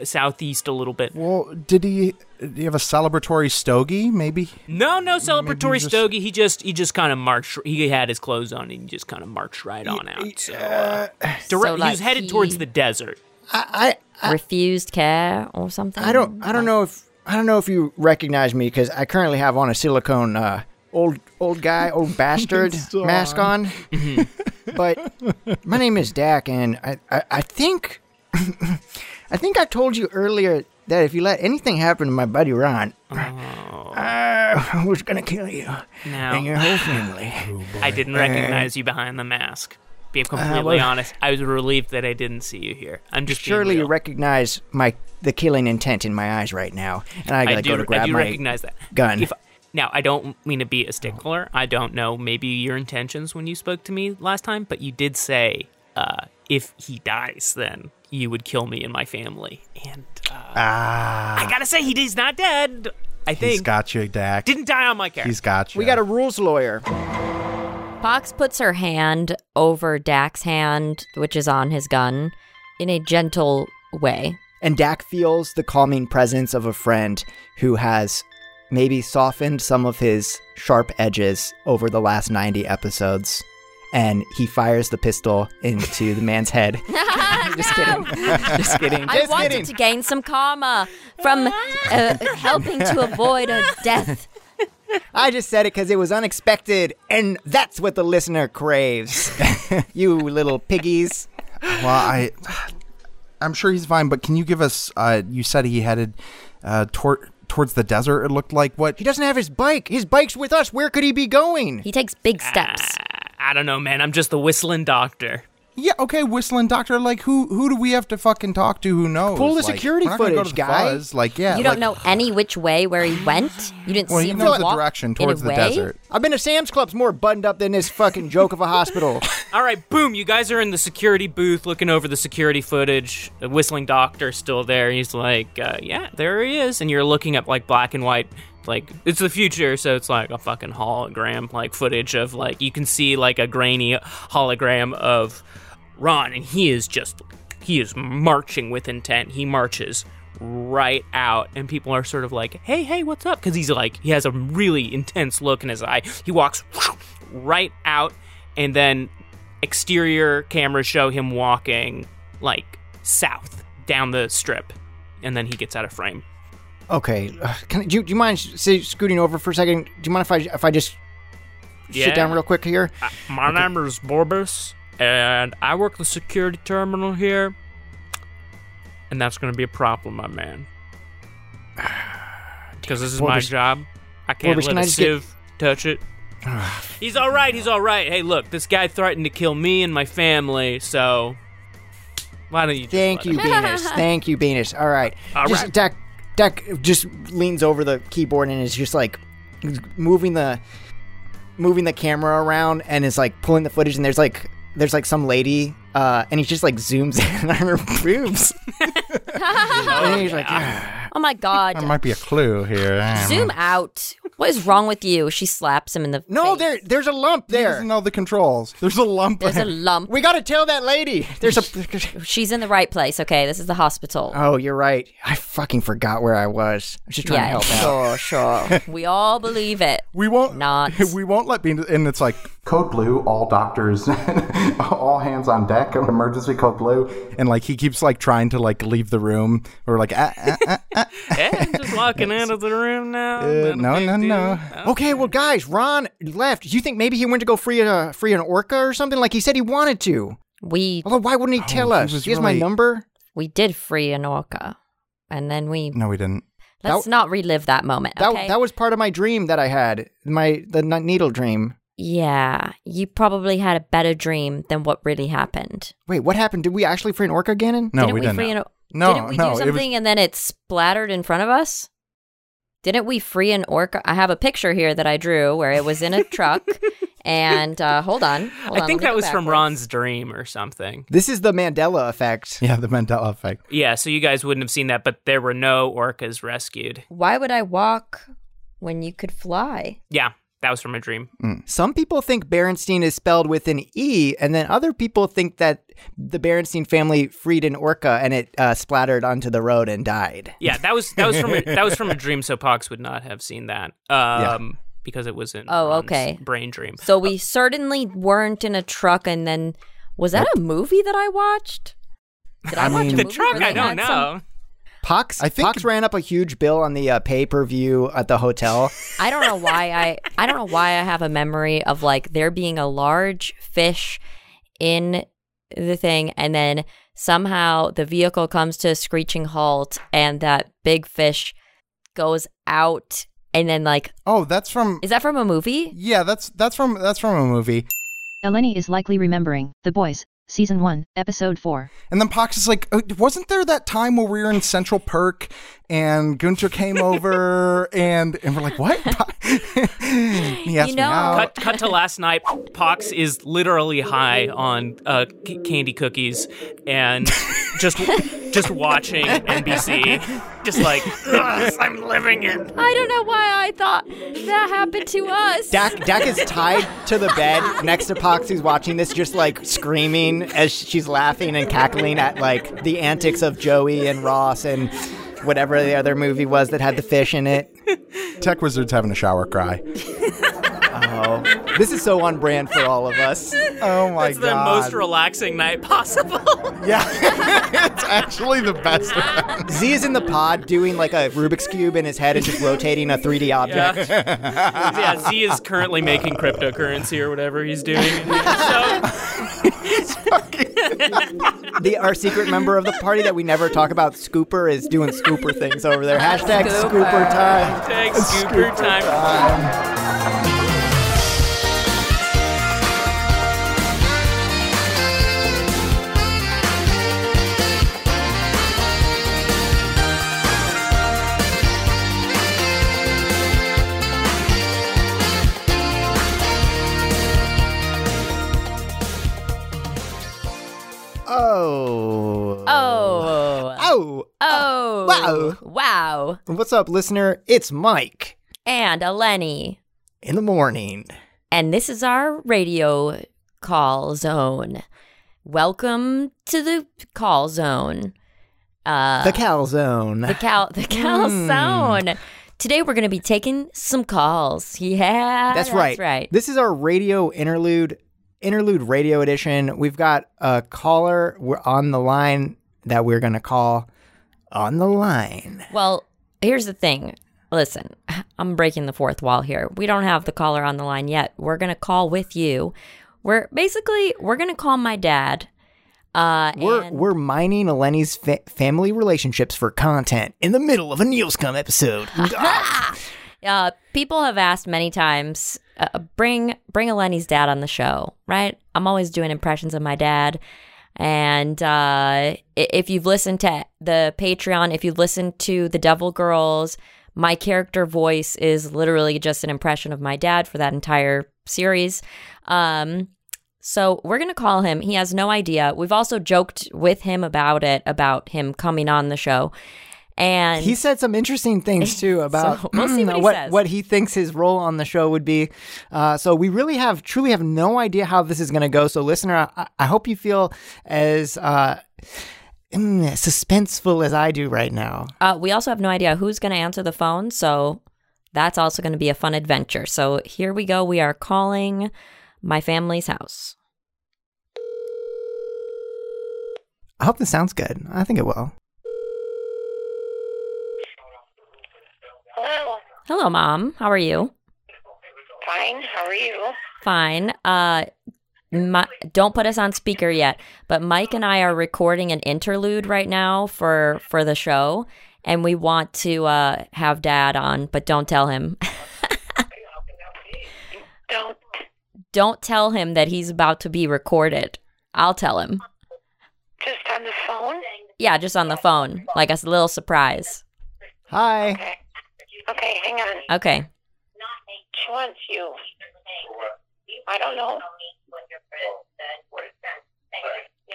Speaker 1: southeast a little bit.
Speaker 2: Well, did he? Did he have a celebratory stogie? Maybe.
Speaker 1: No, no celebratory
Speaker 2: just-
Speaker 1: stogie. He just he just kind of marched. He had his clothes on and he just kind of marched right on out. So, uh, direct,
Speaker 3: So,
Speaker 1: he
Speaker 3: like,
Speaker 1: was headed
Speaker 3: he-
Speaker 1: towards the desert.
Speaker 4: I, I
Speaker 3: Refused care or something?
Speaker 4: Uh, I don't
Speaker 1: Mm-hmm.
Speaker 4: I don't know if I don't know if you recognize me because I currently have on a silicone uh, old old guy old bastard mask on.
Speaker 1: Mm-hmm.
Speaker 4: but my name is Dak, and I I, I think I think I told you earlier that if you let anything happen to my buddy Ron, I was gonna kill you
Speaker 1: Oh. Now
Speaker 4: and your whole family.
Speaker 1: I didn't recognize you behind the mask. Being completely
Speaker 4: Uh, well-
Speaker 1: honest, I was relieved that I didn't see you here. I'm just being
Speaker 4: Surely you
Speaker 1: real.
Speaker 4: recognize my the killing intent in my eyes right now, and I gotta
Speaker 1: I do,
Speaker 4: go to grab
Speaker 1: I do
Speaker 4: my
Speaker 1: recognize that
Speaker 4: gun.
Speaker 1: If- now I don't mean to be a stickler. I don't know maybe your intentions when you spoke to me last time, but you did say uh, if he dies, then you would kill me and my family. And uh,
Speaker 2: Ah,
Speaker 1: I gotta say, he is not dead. I
Speaker 2: he's
Speaker 1: think
Speaker 2: got you, Dak.
Speaker 1: didn't die on my character.
Speaker 2: He's got you.
Speaker 4: we got a rules lawyer.
Speaker 3: Pox puts her hand over Dak's hand, which is on his gun, in a gentle way.
Speaker 4: And Dak feels the calming presence of a friend who has maybe softened some of his sharp edges over the last 90 episodes. And he fires the pistol into the man's head. Just kidding. Just kidding.
Speaker 3: I
Speaker 4: Just
Speaker 3: wanted
Speaker 4: kidding.
Speaker 3: to gain some karma from uh, helping to avoid a death.
Speaker 4: I just said it because it was unexpected. And that's what the listener craves. you little piggies.
Speaker 2: Well, I, I'm sure he's fine. But can you give us? Uh, you said he headed uh, toward towards the desert. It looked like what?
Speaker 4: He doesn't have his bike. His bike's with us. Where could he be going?
Speaker 3: He takes big steps.
Speaker 1: I don't know, man. I'm just the whistling doctor.
Speaker 2: Yeah, okay, whistling doctor. Like who? Who do we have to fucking talk to? Who knows?
Speaker 4: Pull the
Speaker 2: Like,
Speaker 4: security
Speaker 2: we're not gonna go to
Speaker 4: footage,
Speaker 2: the
Speaker 4: guy.
Speaker 2: fuzz. Like yeah,
Speaker 3: You don't
Speaker 2: like-
Speaker 3: know any which way where he went. You didn't
Speaker 2: Well,
Speaker 3: see
Speaker 2: he
Speaker 3: him
Speaker 2: knows the
Speaker 3: walk
Speaker 2: direction
Speaker 3: in a
Speaker 2: towards the
Speaker 3: way?
Speaker 2: desert.
Speaker 4: I've been to Sam's Club's more buttoned up than this fucking joke of a hospital.
Speaker 1: All right, boom! You guys are in the security booth, looking over the security footage. The whistling doctor's still there. He's like, uh, "Yeah, there he is," and you're looking up like black and white, like it's the future, so it's like a fucking hologram like footage of like you can see like a grainy hologram of Ron, and he is just he is marching with intent. He marches right out and people are sort of like hey hey what's up because he's like he has a really intense look in his eye he walks right out and then exterior cameras show him walking like south down the strip and then he gets out of frame
Speaker 4: Okay. Uh, can, do, you- do you mind s- s- scooting over for a second? Do you mind if I if I just
Speaker 1: Yeah.
Speaker 4: sit down real quick here?
Speaker 1: my name is borbus and i work the security terminal here and that's going to be a problem my man because this is my
Speaker 4: Borbus-
Speaker 1: job i can't
Speaker 4: Borbus,
Speaker 1: let
Speaker 4: can I
Speaker 1: a
Speaker 4: just get-
Speaker 1: sieve touch it he's all right he's all right hey look this guy threatened to kill me and my family so why don't you just
Speaker 4: Thank
Speaker 1: let
Speaker 4: you,
Speaker 1: him-
Speaker 4: Venus. Thank you, Venus. All right.
Speaker 1: All
Speaker 4: just,
Speaker 1: right.
Speaker 4: Dak, Dak just leans over the keyboard and is just like moving the moving the camera around and is like pulling the footage and there's like there's like some lady uh, and he just like zooms in on her boobs. and he's like, "Ah."
Speaker 3: Oh my
Speaker 2: There
Speaker 3: god.
Speaker 2: might be a clue here. I don't
Speaker 3: Zoom
Speaker 2: know.
Speaker 3: out. What is wrong with you? She slaps him in the
Speaker 4: no,
Speaker 3: face.
Speaker 4: there, there's a lump
Speaker 2: He
Speaker 4: there.
Speaker 2: doesn't know the controls. There's a lump.
Speaker 3: There's a
Speaker 2: there.
Speaker 3: lump.
Speaker 4: We gotta tell that lady. There's a
Speaker 3: She's in the right place. Okay, this is the hospital.
Speaker 4: Oh, you're right. I fucking forgot where I was. I'm just trying
Speaker 3: yeah,
Speaker 4: to help out.
Speaker 3: sure, sure. we all believe it.
Speaker 2: we won't.
Speaker 3: Not.
Speaker 2: We won't let be. And it's like code blue. All doctors, all hands on deck. Emergency code blue. And like he keeps like trying to like leave the room or like ah, ah, ah,
Speaker 1: Hey, I'm just walking out of the room now.
Speaker 2: uh, no no no.
Speaker 3: Oh.
Speaker 4: Okay, well, guys, Ron left. You think maybe he went to go free a free an orca or something? Like he said he wanted to.
Speaker 3: We
Speaker 4: Although, why wouldn't Oh, he tell
Speaker 2: he
Speaker 4: us?
Speaker 2: was
Speaker 4: He has my
Speaker 2: really-
Speaker 4: number.
Speaker 3: we did free an orca, and then we
Speaker 2: No, we didn't.
Speaker 3: let's not relive that moment.
Speaker 4: That
Speaker 3: okay?
Speaker 4: that was part of my dream that I had. My the n- needle dream.
Speaker 3: yeah, you probably had a better dream than what really happened.
Speaker 4: Wait, what happened? Did we actually free an orca, Gannon?
Speaker 2: No,
Speaker 3: didn't
Speaker 2: we didn't.
Speaker 3: free an o-
Speaker 2: No,
Speaker 3: didn't we
Speaker 2: no, it
Speaker 3: do
Speaker 2: was-
Speaker 3: something and then it splattered in front of us? Didn't we free an orca? I have a picture here that I drew where it was in a truck And uh, hold on, hold
Speaker 1: I
Speaker 3: on,
Speaker 1: think
Speaker 3: let
Speaker 1: that
Speaker 3: me go
Speaker 1: was from
Speaker 3: backwards.
Speaker 1: Ron's dream or something.
Speaker 4: This is the Mandela effect.
Speaker 2: Yeah, the Mandela effect.
Speaker 1: Yeah, so you guys wouldn't have seen that, but there were no orcas rescued.
Speaker 3: Why would I walk when you could fly?
Speaker 1: Yeah, that was from a dream.
Speaker 4: Some people think Berenstein is spelled with an E, and then other people think that the Berenstein family freed an orca and it uh, splattered onto the road and died.
Speaker 1: Yeah, that was that was from a, that was from a dream, so Pox would not have seen that. Um because it was in
Speaker 3: Oh,
Speaker 1: Ron's
Speaker 3: okay.
Speaker 1: brain dream.
Speaker 3: So
Speaker 2: Uh,
Speaker 3: we certainly weren't in a truck. And then was that a movie that I watched? Did I,
Speaker 2: I
Speaker 3: watch
Speaker 2: mean-
Speaker 3: a
Speaker 1: The
Speaker 3: movie
Speaker 1: truck,
Speaker 3: where
Speaker 1: I
Speaker 3: they
Speaker 1: don't
Speaker 3: had
Speaker 1: know.
Speaker 3: some-
Speaker 4: Pox,
Speaker 2: I think-
Speaker 4: Pox ran up a huge bill on the uh, pay per view at the hotel.
Speaker 3: I don't know why I I don't know why I have a memory of like there being a large fish in the thing and then somehow the vehicle comes to a screeching halt and that big fish goes out and then like
Speaker 2: Oh, that's from.
Speaker 3: is that from a movie?
Speaker 2: Yeah, that's that's from that's from a movie.
Speaker 5: Eleni is likely remembering The Boys, Season 1, Episode 4.
Speaker 2: And then Pox is like, "Oh, wasn't there that time where we were in Central Perk and Gunter came over and and we're like, what? he asked me
Speaker 3: You know-
Speaker 1: Cut,
Speaker 2: out.
Speaker 1: cut to last night. Pox is literally high on uh, c- candy cookies and just just watching NBC. Just like "Ugh, I'm living it.
Speaker 3: I don't know why I thought that happened to us.
Speaker 4: Dak, Dak is tied to the bed next to Pox, who's watching this, just like screaming as she's laughing and cackling at like the antics of Joey and Ross and whatever the other movie was that had the fish in it.
Speaker 2: Tech Wizard's having a shower cry.
Speaker 4: Oh, this is so on brand for all of us.
Speaker 2: Oh my
Speaker 1: It's the
Speaker 2: god.
Speaker 1: most relaxing night possible.
Speaker 2: yeah, it's actually the best.
Speaker 4: Z is in the pod doing like a Rubik's Cube in his head and just rotating a 3D object.
Speaker 1: yeah, Z is currently making cryptocurrency or whatever he's doing. So
Speaker 4: The, our secret member of the party that we never talk about, Scooper, is doing Scooper things over there. Hashtag Scooper, time.
Speaker 1: thanks, Scooper time.
Speaker 4: Oh.
Speaker 3: Oh.
Speaker 4: Oh. Uh,
Speaker 3: Oh. Wow. Wow.
Speaker 4: What's up, listener? It's Mike
Speaker 3: And Eleni.
Speaker 4: in the morning.
Speaker 3: And this is our radio call zone. Welcome to the call zone. Uh,
Speaker 4: the calzone.
Speaker 3: the cal the cal
Speaker 4: Hmm.
Speaker 3: zone. Today we're going to be taking some calls. Yeah,
Speaker 4: that's, right.
Speaker 3: That's right.
Speaker 4: This is our radio interlude, interlude radio edition. We've got a caller. We're on the line that we're going to call on the line.
Speaker 3: well, here's the thing. Listen, I'm breaking the fourth wall here. We don't have the caller on the line yet. We're going to call with you. We're basically we're going to call my dad. Uh,
Speaker 4: We're
Speaker 3: and-
Speaker 4: we're mining Eleni's fa- family relationships for content in the middle of a Neilscom episode.
Speaker 3: uh, people have asked many times, uh, bring bring Eleni's dad on the show, right? I'm always doing impressions of my dad, and uh, i- if you've listened to the Patreon, if you've listened to the Devil Girls, my character voice is literally just an impression of my dad for that entire series. Um, so we're going to call him. He has no idea. We've also joked with him about it, about him coming on the show. And
Speaker 4: he said some interesting things too about
Speaker 3: So, we'll see what he says.
Speaker 4: he thinks his role on the show would be. Uh, so we really have truly have no idea how this is going to go. So listener, I, I hope you feel as uh, mm, suspenseful as I do right now.
Speaker 3: Uh, we also have no idea who's going to answer the phone, so that's also going to be a fun adventure. So here we go. We are calling my family's house.
Speaker 4: I hope this sounds good. I think it will.
Speaker 6: Hello.
Speaker 3: Hello, mom. How are you?
Speaker 6: Fine. How are you?
Speaker 3: Fine. Uh, my, don't put us on speaker yet, but Mike and I are recording an interlude right now for for the show, and we want to uh, have Dad on, but don't tell him.
Speaker 6: Don't.
Speaker 3: don't tell him that he's about to be recorded. I'll tell him.
Speaker 6: Just on the phone?
Speaker 3: Yeah, just on the phone, like a little surprise.
Speaker 4: Hi.
Speaker 6: Okay.
Speaker 3: Uh,
Speaker 6: Okay, hang on.
Speaker 3: Okay.
Speaker 6: She wants you. I don't know.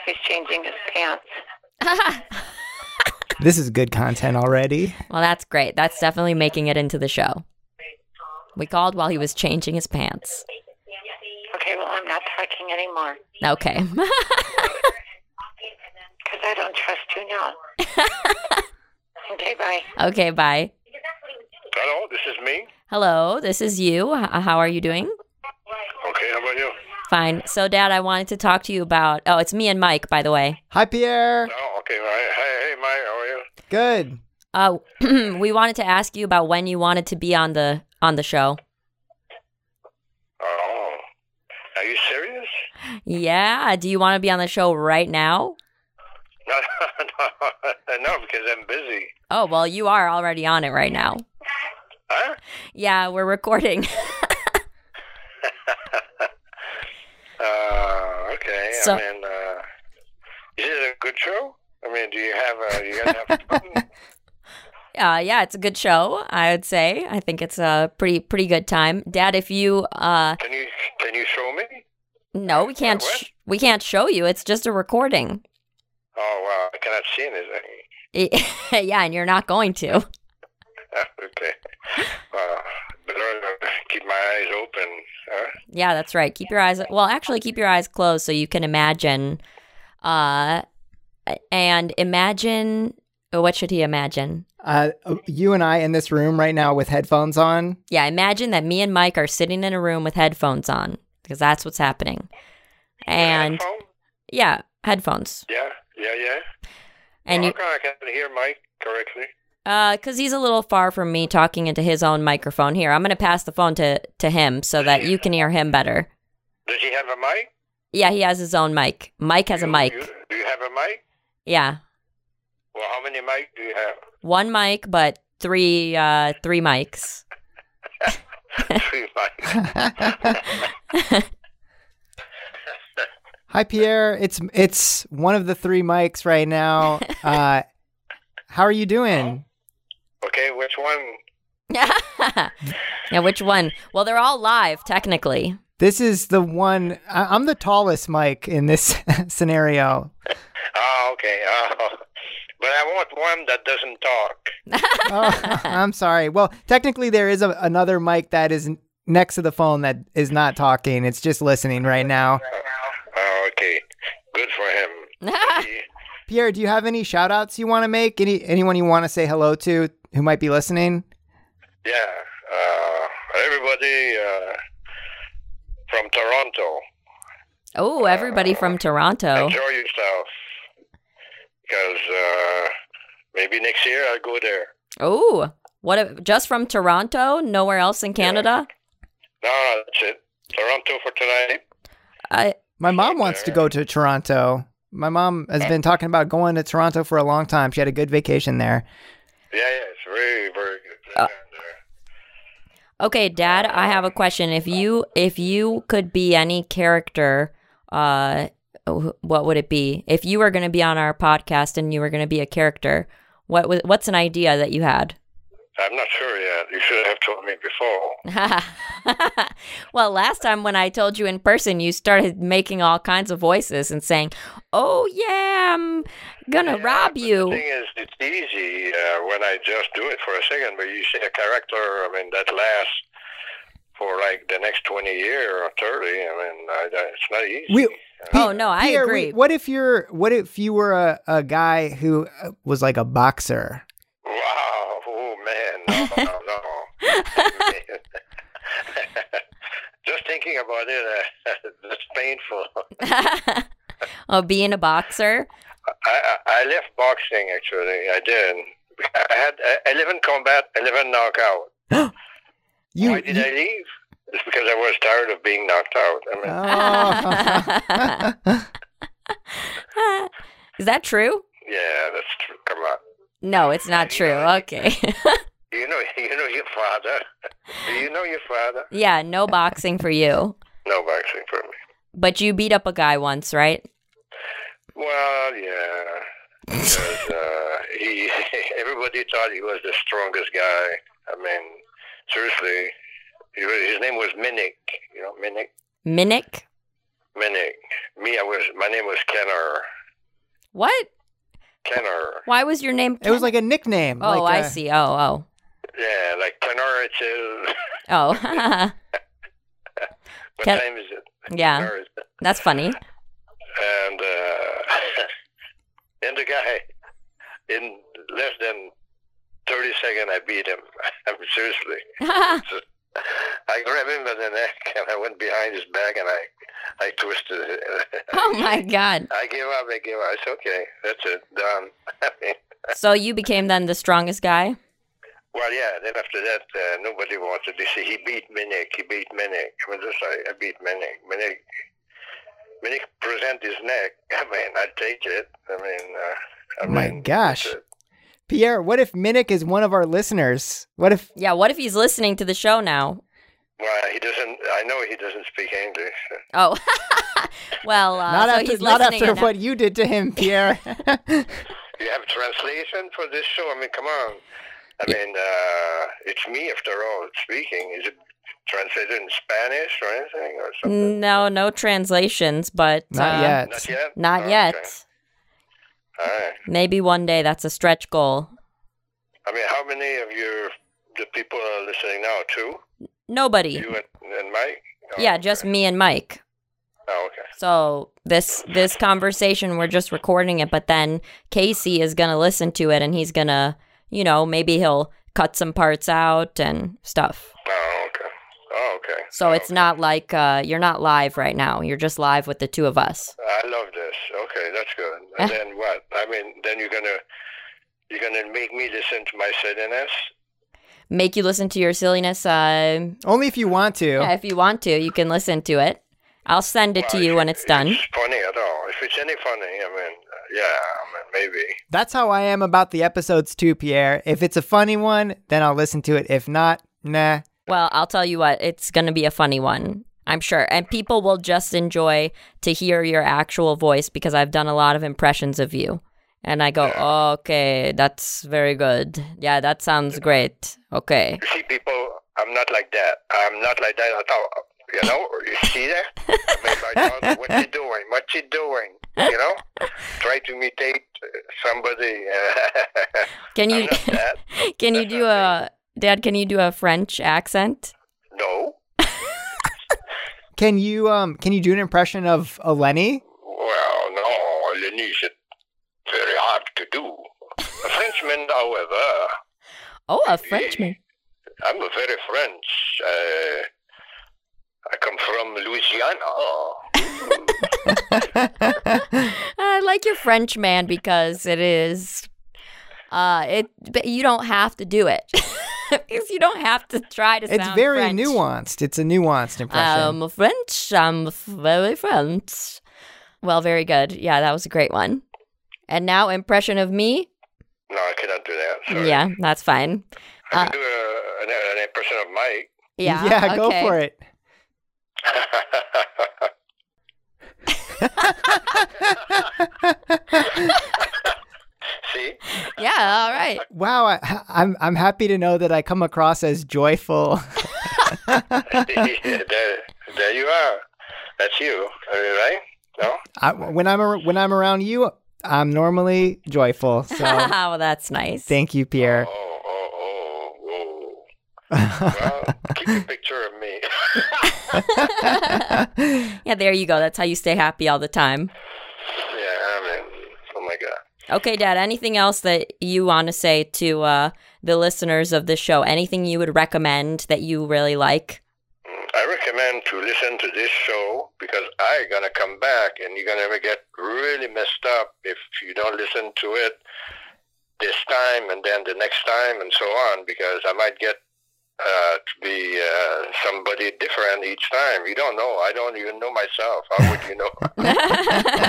Speaker 6: He's changing his pants.
Speaker 4: This is good content already.
Speaker 3: Well, that's great. That's definitely making it into the show. We called while he was changing his pants.
Speaker 6: Okay, well, I'm not talking anymore
Speaker 3: Okay.
Speaker 6: because I don't trust you now. okay, bye.
Speaker 3: okay, bye.
Speaker 7: Hello, this is me.
Speaker 3: Hello, this is you. H- how are you doing?
Speaker 7: Okay, how about you?
Speaker 3: Fine. So, Dad, I wanted to talk to you about. Oh, it's me and Mike, by the way.
Speaker 4: Hi, Pierre.
Speaker 7: Oh, okay. All right. Hey, hey, Mike, how are you?
Speaker 4: Good.
Speaker 3: Uh, we wanted to ask you about when you wanted to be on the on the show.
Speaker 7: Oh, are you serious?
Speaker 3: Yeah. Do you want to be on the show right now?
Speaker 7: No, no, no, because I'm busy.
Speaker 3: Oh, well, you are already on it right now.
Speaker 7: Huh?
Speaker 3: Yeah, we're recording.
Speaker 7: Uh, okay.
Speaker 3: So-
Speaker 7: I mean, uh, is it a good show? I mean, do you have? Uh, you guys have fun?
Speaker 3: Uh, yeah, it's a good show. I would say. I think it's a pretty pretty good time, Dad. If you uh,
Speaker 7: Can you can you show me?
Speaker 3: no, we can't
Speaker 7: What?
Speaker 3: sh- we can't show you. It's just a recording.
Speaker 7: Oh wow, I cannot see anything.
Speaker 3: yeah, and you're not going to.
Speaker 7: okay. Well, better keep my eyes open. Huh?
Speaker 3: Yeah, that's right. Keep your eyes well, actually keep your eyes closed so you can imagine uh and imagine oh, what should he imagine?
Speaker 4: Uh, you and I in this room right now with headphones on.
Speaker 3: Yeah, imagine that me and Mike are sitting in a room with headphones on because that's what's happening. And
Speaker 7: Phone?
Speaker 3: yeah, headphones.
Speaker 7: Yeah, yeah, yeah.
Speaker 3: And
Speaker 7: How
Speaker 3: you
Speaker 7: come I can hear Mike correctly?
Speaker 3: uh cuz he's a little far from me talking into his own microphone here. I'm going to pass the phone to to him so that you can hear him better.
Speaker 7: Does he have a mic?
Speaker 3: Yeah, he has his own mic. Mike has a
Speaker 7: You-
Speaker 3: mic.
Speaker 7: You, do you have a mic?
Speaker 3: Yeah.
Speaker 7: Well, how many mic do you have?
Speaker 3: one mic but three uh three mics
Speaker 7: Three mics.
Speaker 4: Hi, Pierre. It's it's one of the three mics right now. Uh, how are you doing?
Speaker 7: Okay, which one?
Speaker 3: yeah which one well they're all live technically
Speaker 4: This is the one. I, I'm the tallest mic in this scenario.
Speaker 7: Oh, okay. Oh. But I want one that doesn't talk.
Speaker 4: Oh, I'm sorry. Well, technically, there is a, another mic that is n- next to the phone that is not talking. It's just listening right now.
Speaker 7: Oh, okay. Good for him. He-
Speaker 4: Pierre, do you have any shout outs you want to make? Any anyone you want to say hello to who might be listening?
Speaker 7: yeah. Uh, everybody uh, from Toronto,
Speaker 3: oh everybody from toronto
Speaker 7: enjoy yourself. Because uh, maybe next year I'll go there.
Speaker 3: oh what a, just from toronto nowhere else in canada
Speaker 7: No, no, that's it. Toronto for tonight.
Speaker 3: I,
Speaker 4: My mom wants to go to Toronto. My mom has been talking about going to Toronto for a long time. She had a good vacation there.
Speaker 7: Yeah, yeah, it's very, very good. And, uh,
Speaker 3: okay dad i have a question if you if you could be any character uh wh- what would it be if you were going to be on our podcast and you were going to be a character what was what's an idea that you had
Speaker 7: I'm not sure yet. You should have told me before.
Speaker 3: well, last time when I told you in person, you started making all kinds of voices and saying, "Oh yeah, I'm gonna rob
Speaker 7: The
Speaker 3: you."
Speaker 7: thing is, it's easy uh, when I just do it for a second, but you see a character, I mean, that lasts for like the next 20 year or 30. I mean, I, I- it's not easy.
Speaker 4: We,
Speaker 3: Oh, no, I
Speaker 4: Pierre,
Speaker 3: agree.
Speaker 4: we- what if you're what if you were a, a guy who uh, was like a boxer?
Speaker 7: Wow. Oh, man. No, no, no. just thinking about it, uh, it's painful.
Speaker 3: oh, being a boxer.
Speaker 7: I, I I left boxing, actually. I did. I had uh, 11 combat, 11 knockout.
Speaker 4: You,
Speaker 7: Why did
Speaker 4: you-
Speaker 7: I leave? It's because I was tired of being knocked out. I mean,
Speaker 4: Oh.
Speaker 3: Is that true?
Speaker 7: yeah, that's true. Come on.
Speaker 3: No, it's not true. Okay.
Speaker 7: You know, you know your father. Do you know your father?
Speaker 3: yeah, no boxing for you.
Speaker 7: No boxing for me.
Speaker 3: But you beat up a guy once, right?
Speaker 7: Well, yeah. Because, uh, he, everybody thought he was the strongest guy. I mean, seriously, he was, his name was Minnick. You know, Minnick.
Speaker 3: Minnick?
Speaker 7: Minnick. Me, I was. My name was Kenner.
Speaker 3: What?
Speaker 7: Kenner.
Speaker 3: Why was your name?
Speaker 4: It was like a nickname.
Speaker 3: Oh,
Speaker 4: like,
Speaker 3: I
Speaker 4: uh,
Speaker 3: see. Oh, oh,
Speaker 7: Yeah, like Kenner. It is.
Speaker 3: oh.
Speaker 7: what
Speaker 3: Ken-
Speaker 7: time is it?
Speaker 3: yeah,
Speaker 7: Kenner is it?
Speaker 3: that's funny.
Speaker 7: And uh, and the guy in less than thirty seconds, I beat him. I'm seriously.
Speaker 3: Oh
Speaker 7: I grabbed him by the neck and I went behind his back and I, I twisted it.
Speaker 3: oh my god!
Speaker 7: I give up. I give up. It's okay. That's it. Done. I mean,
Speaker 3: So you became then the strongest guy.
Speaker 7: well, yeah. Then after that, uh, nobody wanted. They say he beat Minik. He beat Minik. I mean, just I, I beat Minik. Minik. Minik present his neck. I mean, I take it. I mean, uh, I
Speaker 4: oh My
Speaker 7: mean,
Speaker 4: gosh.
Speaker 7: that's it.
Speaker 4: Pierre, what if Minnick is one of our listeners? What if
Speaker 3: Yeah. What if he's listening to the show now?
Speaker 7: Well, he doesn't. I know he doesn't speak English.
Speaker 3: Oh, well. Uh,
Speaker 4: not
Speaker 3: so
Speaker 4: after
Speaker 3: he's
Speaker 4: not
Speaker 3: listening
Speaker 4: after
Speaker 3: and-
Speaker 4: what you did to him, Pierre?
Speaker 7: You have translation for this show. I mean, come on. I mean, uh, it's me after all speaking. Is it translated in Spanish or anything or something?
Speaker 3: No, no translations, but
Speaker 4: not
Speaker 3: uh,
Speaker 4: yet.
Speaker 7: Not yet.
Speaker 3: Not
Speaker 7: Oh,
Speaker 3: yet.
Speaker 7: okay. All right.
Speaker 3: Maybe one day that's a stretch goal.
Speaker 7: I mean, how many of your the people are listening now? Two,
Speaker 3: Nobody.
Speaker 7: you and, and Mike. Oh,
Speaker 3: Yeah, just
Speaker 7: okay.
Speaker 3: me and Mike.
Speaker 7: Oh, okay.
Speaker 3: So this this conversation we're just recording it, but then Casey is gonna listen to it and he's gonna, you know, maybe he'll cut some parts out and stuff.
Speaker 7: Oh, okay. Oh, okay.
Speaker 3: So it's not like uh, you're not live right now. You're just live with the two of us.
Speaker 7: I love this. Okay, that's good. And
Speaker 3: Eh?
Speaker 7: then what? I mean, then you're gonna you're gonna make me listen to my silliness.
Speaker 3: Make you listen to your silliness. Uh,
Speaker 4: Only if you want to.
Speaker 3: yeah, if you want to, you can listen to it. I'll send it to you when it's done.
Speaker 7: It's funny at all? If it's any funny, I mean, uh, yeah, I mean, maybe.
Speaker 4: That's how I am about the episodes too, Pierre. If it's a funny one, then I'll listen to it. If not, nah.
Speaker 3: Well, I'll tell you what, it's going to be a funny one. I'm sure. And people will just enjoy to hear your actual voice because I've done a lot of impressions of you. And I go, okay, that's very good. Yeah, that sounds great. Okay.
Speaker 7: You see, people, I'm not like that. I'm not like that at all. You know, you see that? I mean, my daughter, what you doing? What you doing? You know, try to imitate uh, somebody.
Speaker 3: Can
Speaker 7: I'm
Speaker 3: you
Speaker 7: not that.
Speaker 3: can you do a dad? Can you do a French accent?
Speaker 7: No.
Speaker 4: Can you um can you do an impression of a Lenny?
Speaker 7: Well, no, Lenny is very hard to do. A Frenchman, however,
Speaker 3: Oh, a Frenchman.
Speaker 7: I'm a very French. Uh, I come from Louisiana.
Speaker 3: I like your French man because it is. Uh, it but you don't have to do it because you don't have to try to.
Speaker 4: It's
Speaker 3: sound
Speaker 4: very
Speaker 3: French. Um,
Speaker 4: nuanced. It's a nuanced impression.
Speaker 3: I'm French. I'm f- very French. Well, very good. Yeah, that was a great one. And now impression of me.
Speaker 7: No, I cannot do that. Sorry.
Speaker 3: Yeah, that's fine.
Speaker 7: I
Speaker 3: Uh,
Speaker 7: can do a, an, an impression of Mike.
Speaker 3: Yeah.
Speaker 4: yeah, go
Speaker 3: okay.
Speaker 4: for it.
Speaker 7: See?
Speaker 3: Yeah. All right.
Speaker 4: Wow, I, I'm I'm happy to know that I come across as joyful.
Speaker 7: there, there you are. That's you, Are you right? No?
Speaker 4: I, when I'm ar- when I'm around you, I'm normally joyful. So
Speaker 3: well, that's nice.
Speaker 4: thank you, Pierre.
Speaker 7: Oh, oh, oh, oh.
Speaker 1: Oh,
Speaker 7: Well, keep a picture of me.
Speaker 3: yeah, there you go. That's how you stay happy all the time.
Speaker 7: yeah, I mean, oh my God.
Speaker 3: Okay, Dad. Anything else that you want to say to uh, the listeners of this show? Anything you would recommend that you really like?
Speaker 7: Mm, I recommend to listen to this show because i gonna come back and you're gonna get really messed up if you don't listen to it this time and then the next time and so on because I might get uh, to be uh, somebody different each time. You don't know. I don't even know myself. How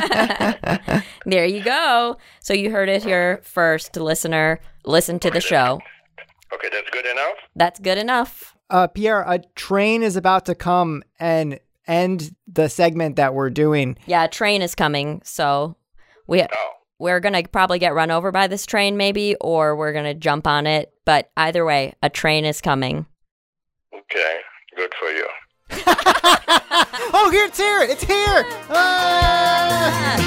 Speaker 7: would you know?
Speaker 3: There you go. So you heard it here first, listener. Listen to the show.
Speaker 7: okay, that's good enough.
Speaker 3: That's good enough.
Speaker 4: Uh, Pierre, a train is about to come and end the segment that we're doing.
Speaker 3: Yeah, a train is coming, so we
Speaker 7: Oh,
Speaker 3: we're gonna probably get run over by this train, maybe, or we're gonna jump on it. But either way, a train is coming.
Speaker 7: okay, good for you.
Speaker 4: Oh, here it's here! It's here! Ah!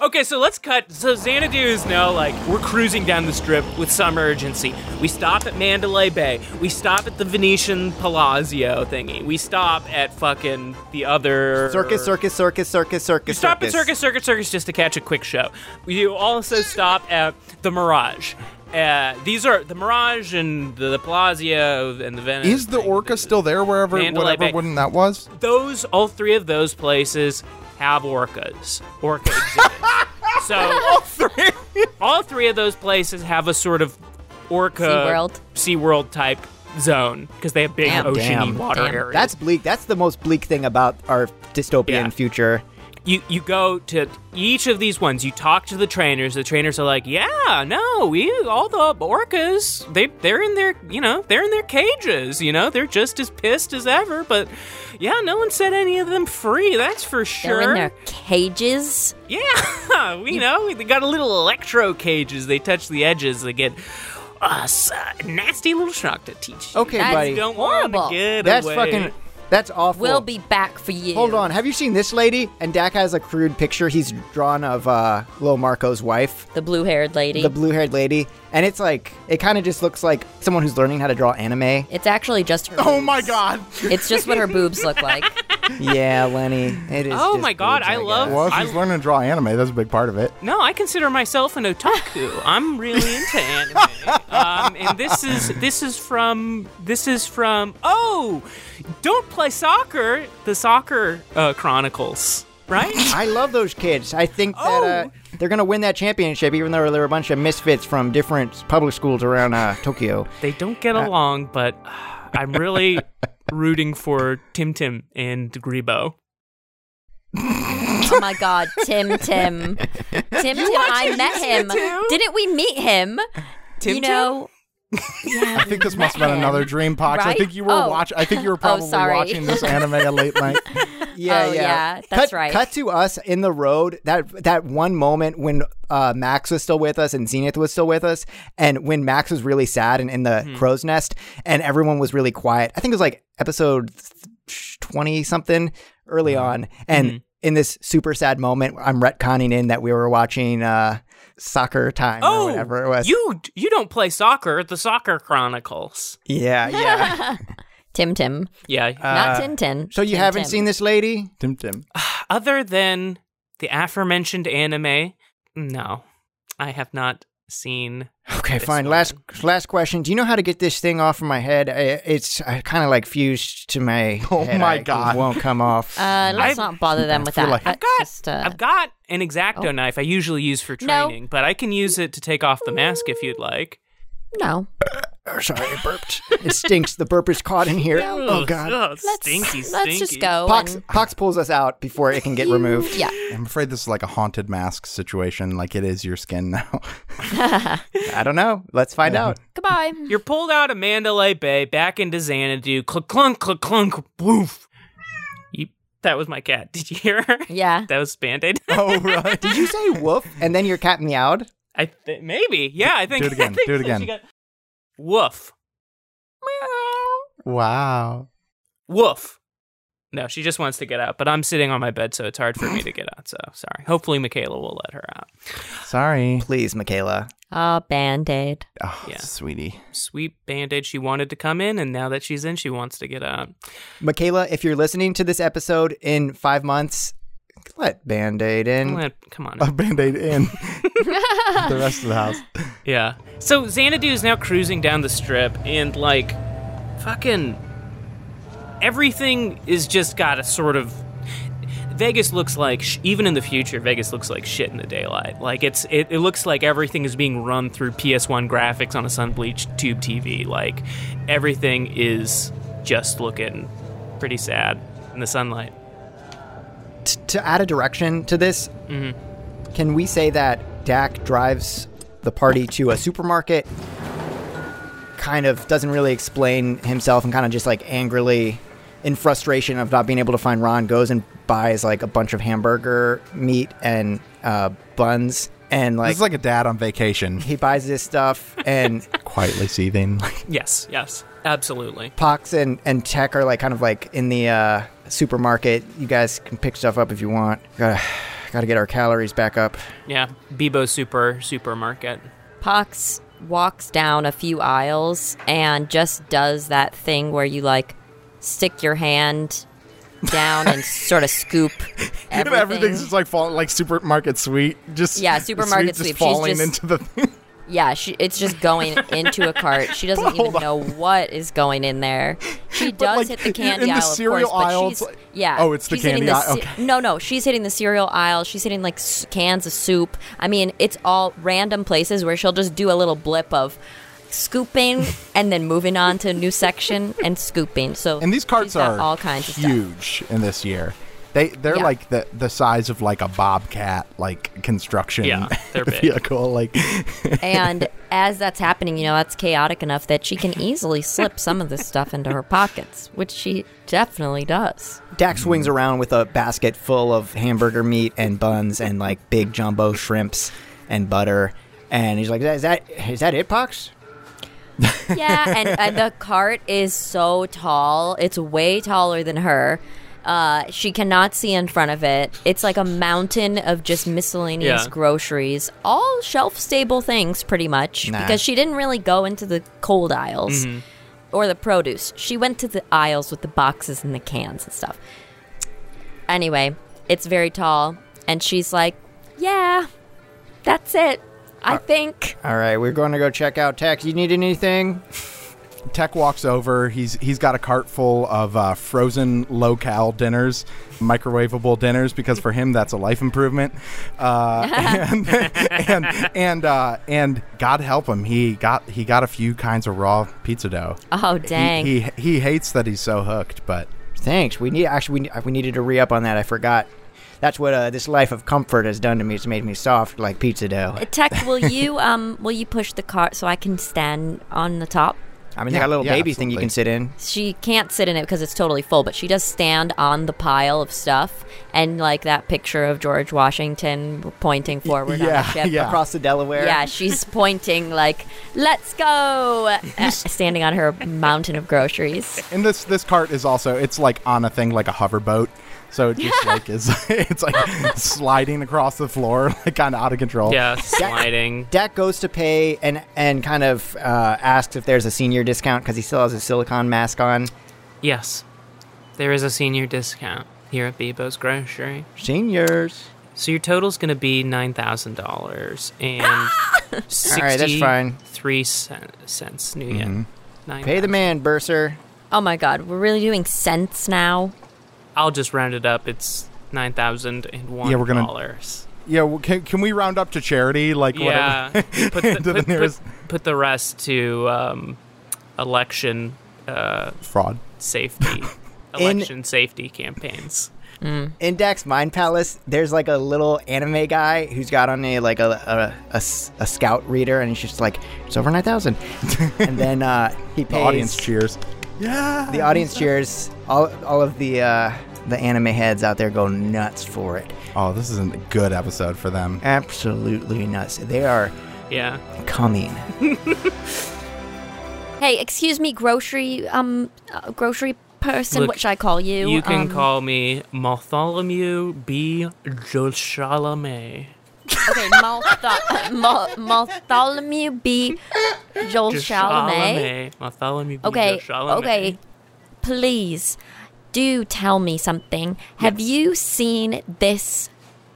Speaker 1: Okay, so let's cut. So Xanadu is now like we're cruising down the strip with some urgency. We stop at Mandalay Bay. We stop at the Venetian Palazzo thingy. We stop at fucking the other
Speaker 4: Circus, circus, circus, circus, circus.
Speaker 1: We stop at Circus Circus Circus just to catch a quick show. We also stop at the Mirage. Uh, these are the Mirage and the, the Palazzo and the Venice.
Speaker 2: Is the
Speaker 1: thing.
Speaker 2: orca still there wherever,
Speaker 1: Mandalay
Speaker 2: whatever
Speaker 1: Bay.
Speaker 2: wooden that was?
Speaker 1: Those, all three of those places have orcas. Orca exhibits. so
Speaker 2: Three.
Speaker 1: all three of those places have a sort of orca
Speaker 3: SeaWorld.
Speaker 1: SeaWorld type zone because they have big
Speaker 3: Damn.
Speaker 1: oceany
Speaker 4: Damn.
Speaker 1: water
Speaker 3: Damn.
Speaker 1: areas.
Speaker 4: That's bleak. That's the most bleak thing about our dystopian
Speaker 1: Yeah.
Speaker 4: future.
Speaker 1: you you go to each of these ones. You talk to the trainers. The trainers are like, "Yeah, no, we all the orcas. They they're in their you know they're in their cages. You know they're just as pissed as ever. But yeah, no one set any of them free. That's for sure.
Speaker 3: They're in their cages.
Speaker 1: Yeah, we know they got a little electro cages. They touch the edges. They get a s- a nasty little shock to teach. you.
Speaker 4: Okay,
Speaker 1: You
Speaker 4: buddy.
Speaker 1: don't wanna
Speaker 3: horrible.
Speaker 1: get
Speaker 4: That's
Speaker 1: away.
Speaker 4: fucking. That's awful.
Speaker 3: We'll be back for you.
Speaker 4: Hold on. Have you seen this lady? And Dak has a crude picture he's drawn of uh, Lil Marco's wife,
Speaker 3: The blue haired lady.
Speaker 4: the blue haired lady. And it's like, it kind of just looks like someone who's learning how to draw anime.
Speaker 3: it's actually just her.
Speaker 2: Oh
Speaker 3: boobs.
Speaker 2: my god.
Speaker 3: It's just what her boobs look like.
Speaker 4: yeah, Lenny. It is.
Speaker 1: Oh
Speaker 4: just
Speaker 1: my God,
Speaker 4: boobs,
Speaker 1: I love-
Speaker 4: guess.
Speaker 2: Well, if
Speaker 1: I-
Speaker 2: she's learning to draw anime, that's a big part of it.
Speaker 1: No, I consider myself an otaku. I'm really into anime. Um, and this is this is from this is from oh, don't play soccer. The soccer uh, chronicles, right?
Speaker 4: I love those kids. I think that uh,
Speaker 1: Oh.
Speaker 4: they're going to win that championship, even though they're a bunch of misfits from different public schools around uh, Tokyo.
Speaker 1: they don't get along, but uh, I'm really rooting for Tim Tim and Gribo.
Speaker 3: Oh my god, Tim Tim. Tim Tim, I met him. Didn't we meet him?
Speaker 1: Tim
Speaker 3: you
Speaker 1: Tim?
Speaker 3: know,
Speaker 2: I think this must have been
Speaker 3: Man.
Speaker 2: another dream pox. I
Speaker 3: Right?
Speaker 2: think you were
Speaker 3: Oh.
Speaker 2: watch I think you were probably
Speaker 3: sorry.
Speaker 2: watching this anime at late night.
Speaker 4: Yeah, yeah,
Speaker 3: Oh, yeah, that's
Speaker 4: cut,
Speaker 3: right.
Speaker 4: Cut to us in the road. That that one moment when uh, Max was still with us and Zenith was still with us, and when Max was really sad and in the
Speaker 1: Hmm.
Speaker 4: crow's nest, and everyone was really quiet. I think it was like episode twenty something early on, and.
Speaker 1: Hmm.
Speaker 4: In this super sad moment, I'm retconning in that we were watching uh, soccer time or
Speaker 1: Oh,
Speaker 4: whatever it was.
Speaker 1: you you don't play soccer. The soccer chronicles.
Speaker 4: yeah, yeah.
Speaker 3: Tim Tim.
Speaker 1: Yeah.
Speaker 4: Uh,
Speaker 3: Not Tin Tin.
Speaker 4: So you
Speaker 3: Tim
Speaker 4: haven't
Speaker 3: Tim.
Speaker 4: seen this lady?
Speaker 2: Tim Tim.
Speaker 1: Other than the aforementioned anime, no, I have not seen.
Speaker 4: Okay,
Speaker 1: this
Speaker 4: fine.
Speaker 1: one.
Speaker 4: Last last question. Do you know how to get this thing off of my head? I, it's kind of like fused to my.
Speaker 2: Oh
Speaker 4: head.
Speaker 2: my
Speaker 4: I-
Speaker 2: God.
Speaker 4: It won't come off.
Speaker 3: Uh, let's
Speaker 1: I've-
Speaker 3: not bother them with
Speaker 2: feel
Speaker 3: that.
Speaker 2: like-
Speaker 3: That's
Speaker 1: I've got,
Speaker 3: just, uh,
Speaker 1: I've got an exacto
Speaker 3: oh.
Speaker 1: knife I usually use for
Speaker 3: No.
Speaker 1: training, but I can use it to take off the mask if you'd like.
Speaker 3: no.
Speaker 4: Oh, sorry, I burped. it stinks. The burp is caught in here. Oh
Speaker 1: Ugh,
Speaker 4: God.
Speaker 1: ugh,
Speaker 3: Let's,
Speaker 1: stinky,
Speaker 3: let's just
Speaker 1: stinky.
Speaker 3: go.
Speaker 4: Pox
Speaker 3: and-
Speaker 4: Pox pulls us out before it can get removed.
Speaker 3: Yeah.
Speaker 2: I'm afraid this is like a haunted mask situation, like it is your skin now.
Speaker 4: I don't know. Let's find out.
Speaker 3: Goodbye.
Speaker 1: You're pulled out of Mandalay Bay, back into Xanadu. Clunk, clunk, clunk, clunk, woof. You, that was my cat. Did you hear her?
Speaker 3: Yeah.
Speaker 1: That was Band Aid.
Speaker 2: oh right.
Speaker 4: Did you say woof and then your cat meowed?
Speaker 1: I th- maybe. Yeah, I think.
Speaker 2: do it again,
Speaker 1: I think
Speaker 2: do it
Speaker 1: that she
Speaker 2: again.
Speaker 1: got- Woof.
Speaker 2: Wow.
Speaker 1: Woof. No, she just wants to get out, but I'm sitting on my bed, so it's hard for me to get out. So sorry. Hopefully, Michaela will let her out.
Speaker 2: Sorry.
Speaker 4: Please, Michaela.
Speaker 3: Oh, band aid.
Speaker 2: Oh,
Speaker 1: Yeah.
Speaker 2: sweet.
Speaker 1: Sweet Band Aid. She wanted to come in, and now that she's in, she wants to get out.
Speaker 4: Michaela, if you're listening to this episode in five months, let Band Aid in.
Speaker 1: Well, Come on.
Speaker 2: A band-aid in the rest of the house.
Speaker 1: Yeah. So Xanadu is now cruising down the strip, and like, fucking, everything is just got a sort of. Vegas looks like sh- even in the future, Vegas looks like shit in the daylight. Like it's it, it looks like everything is being run through PS1 graphics on a sun bleached tube TV. Like everything is just looking pretty sad in the sunlight.
Speaker 4: t- to add a direction to this, can we say that Dak drives the party to a supermarket kind of doesn't really explain himself and kind of just like angrily, in frustration of not being able to find Ron, goes and buys like a bunch of hamburger meat and uh, buns. And like,
Speaker 2: This is like a dad on vacation,
Speaker 4: he buys this stuff and
Speaker 2: quietly seething. Like,
Speaker 1: Yes, yes, absolutely.
Speaker 4: Pox and, and Tech are like kind of like in the uh, supermarket. You guys can pick stuff up if you want. Gotta, gotta get our calories back up.
Speaker 1: Yeah, Bebo Super Supermarket.
Speaker 3: Pox walks down a few aisles and just does that thing where you like stick your hand down and sort of scoop
Speaker 2: you know,
Speaker 3: everything.
Speaker 2: everything's just like falling, like supermarket sweet. Just
Speaker 3: Yeah,
Speaker 2: the
Speaker 3: supermarket
Speaker 2: just
Speaker 3: sweep. She's
Speaker 2: falling
Speaker 3: just-
Speaker 2: into the.
Speaker 3: yeah, she, it's just going into a cart. She doesn't
Speaker 2: But hold
Speaker 3: even know what is going in there. She
Speaker 2: like,
Speaker 3: does hit the
Speaker 2: in-
Speaker 3: candy
Speaker 2: in the
Speaker 3: aisle, of
Speaker 2: cereal
Speaker 3: course,
Speaker 2: aisle,
Speaker 3: but
Speaker 2: it's
Speaker 3: she's
Speaker 2: like-
Speaker 3: yeah.
Speaker 2: Oh, it's the
Speaker 3: she's
Speaker 2: candy
Speaker 3: hitting the
Speaker 2: aisle,
Speaker 3: ce-
Speaker 2: okay.
Speaker 3: No, no, she's hitting the cereal aisle. She's hitting like s- cans of soup. I mean, it's all random places where she'll just do a little blip of scooping and then moving on to a new section and scooping. So
Speaker 2: And these carts
Speaker 3: she's got
Speaker 2: are
Speaker 3: all kinds of stuff.
Speaker 2: huge in this year. They they're
Speaker 3: Yeah.
Speaker 2: like the the size of like a bobcat like construction
Speaker 1: Yeah, they're big.
Speaker 2: vehicle. Like
Speaker 3: And as that's happening, you know, that's chaotic enough that she can easily slip some of this stuff into her pockets, which she definitely does.
Speaker 4: Dax swings around with a basket full of hamburger meat and buns and like big jumbo shrimps and butter. And he's like, "Is that is that it, Pox?"
Speaker 3: Yeah, and, and the cart is so tall. It's way taller than her. Uh, she cannot see in front of it. It's like a mountain of just miscellaneous
Speaker 1: Yeah.
Speaker 3: groceries, all shelf stable things, pretty much,
Speaker 4: Nah.
Speaker 3: because she didn't really go into the cold aisles or the produce. She went to the aisles with the boxes and the cans and stuff. Anyway, it's very tall, and she's like, Yeah, that's it. I think.
Speaker 4: All right, we're going to go check out Tex. You need anything?
Speaker 2: Tech walks over. He's he's got a cart full of uh, frozen low cal dinners, microwavable dinners because for him that's a life improvement. Uh, and and and, uh, and God help him, he got he got a few kinds of raw pizza dough.
Speaker 3: Oh, dang.
Speaker 2: He, he he hates that he's so hooked, but
Speaker 4: Thanks. We need actually we, we needed to re up on that. I forgot. That's what uh, this life of comfort has done to me. It's made me soft like pizza dough.
Speaker 3: Uh, Tech, will you um will you push the cart so I can stand on the top?
Speaker 4: I
Speaker 2: Yeah,
Speaker 4: mean, they got a little
Speaker 2: yeah,
Speaker 4: baby thing you
Speaker 2: absolutely.
Speaker 4: can sit in.
Speaker 3: She can't sit in it because it's totally full, but she does stand on the pile of stuff and like that picture of George Washington pointing forward on
Speaker 2: yeah,
Speaker 3: a ship.
Speaker 2: yeah.
Speaker 4: Across the Delaware.
Speaker 3: Yeah, she's pointing like, "Let's go!" uh, standing on her mountain of groceries.
Speaker 2: and this this cart is also it's like on a thing like a hover boat. So it just like is it's like sliding across the floor like kind of out of control.
Speaker 1: Yeah, sliding.
Speaker 4: Dak goes to pay and and kind of uh, asks if there's a senior discount because he still has his silicon mask on.
Speaker 1: yes, there is a senior discount here at Bebo's Grocery.
Speaker 4: Seniors.
Speaker 1: So your total's going to be nine thousand dollars and sixty-three
Speaker 4: right, that's fine.
Speaker 1: cen- cents new yen. Nine
Speaker 4: Pay the
Speaker 1: thousand.
Speaker 4: man, Bursar.
Speaker 3: Oh my God, we're really doing cents now.
Speaker 1: I'll just round it up. It's nine thousand and one
Speaker 2: Yeah, we're gonna-
Speaker 1: dollars.
Speaker 2: Yeah, well, can, can we round up to charity? Like
Speaker 1: Yeah,
Speaker 2: whatever.
Speaker 1: put, the,
Speaker 2: To the
Speaker 1: put, put-
Speaker 2: nearest-
Speaker 1: put the rest to um, election uh,
Speaker 2: fraud.
Speaker 1: safety, election safety campaigns.
Speaker 4: In Dak's Mind Palace, there's like a little anime guy who's got on a like a a, a s- a scout reader, and he's just like, it's over nine thousand. and then uh, he
Speaker 2: The
Speaker 4: pays.
Speaker 2: audience cheers. Yeah.
Speaker 4: The audience cheers. All all of the uh, the anime heads out there go nuts for it.
Speaker 2: Oh, this is a good episode for them.
Speaker 4: Absolutely nuts. They are
Speaker 1: Yeah.
Speaker 4: coming.
Speaker 3: Hey, excuse me, grocery um uh, grocery person,
Speaker 1: Look,
Speaker 3: what should I call you?
Speaker 1: You can
Speaker 3: Um,
Speaker 1: call me Bartholomew B. Jolchalame.
Speaker 3: Okay, Maltho- Mal- Bartholomew B. Joel Chalamet.
Speaker 1: Bartholomew B.
Speaker 3: Okay,
Speaker 1: Jolchalamet.
Speaker 3: okay. Please do tell me something. Have you seen this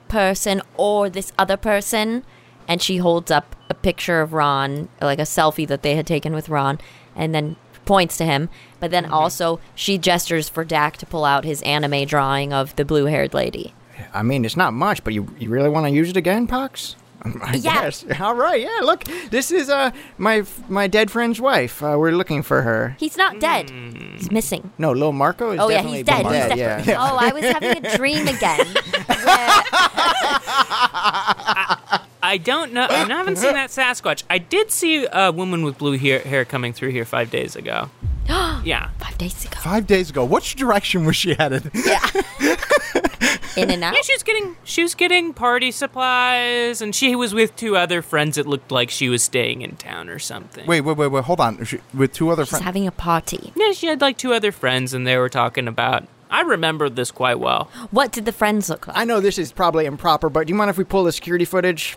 Speaker 3: person or this other person? And she holds up a picture of Ron, like a selfie that they had taken with Ron, and then points to him. But then also she gestures for Dak to pull out his anime drawing of the blue-haired lady.
Speaker 4: I mean, it's not much, but you, you really want to use it again, Pox? I
Speaker 3: Yeah.
Speaker 4: guess. All right. Yeah. Look, this is uh my my dead friend's wife. Uh, we're looking for her.
Speaker 3: He's not dead. He's missing.
Speaker 4: No, Lil Marco is
Speaker 3: Oh yeah,
Speaker 4: definitely
Speaker 3: he's dead.
Speaker 4: been
Speaker 3: He's
Speaker 4: dead.
Speaker 3: dead.
Speaker 4: yeah.
Speaker 3: Oh, I was having a dream again. where-
Speaker 1: I, I don't know. I haven't seen that Sasquatch. I did see a woman with blue hair, hair coming through here five days ago. yeah.
Speaker 3: Five days ago.
Speaker 2: Five days ago, which direction was she headed?
Speaker 3: In and out.
Speaker 1: Yeah, she was getting she was getting party supplies, and she was with two other friends. It looked like she was staying in town or something.
Speaker 2: Wait, wait, wait, wait. Hold on. She, with two other
Speaker 3: She's
Speaker 2: friends.
Speaker 3: having a party.
Speaker 1: Yeah, she had like two other friends, and they were talking about. I remember this quite well.
Speaker 3: What did the friends look like?
Speaker 4: I know this is probably improper, but do you mind if we pull the security footage?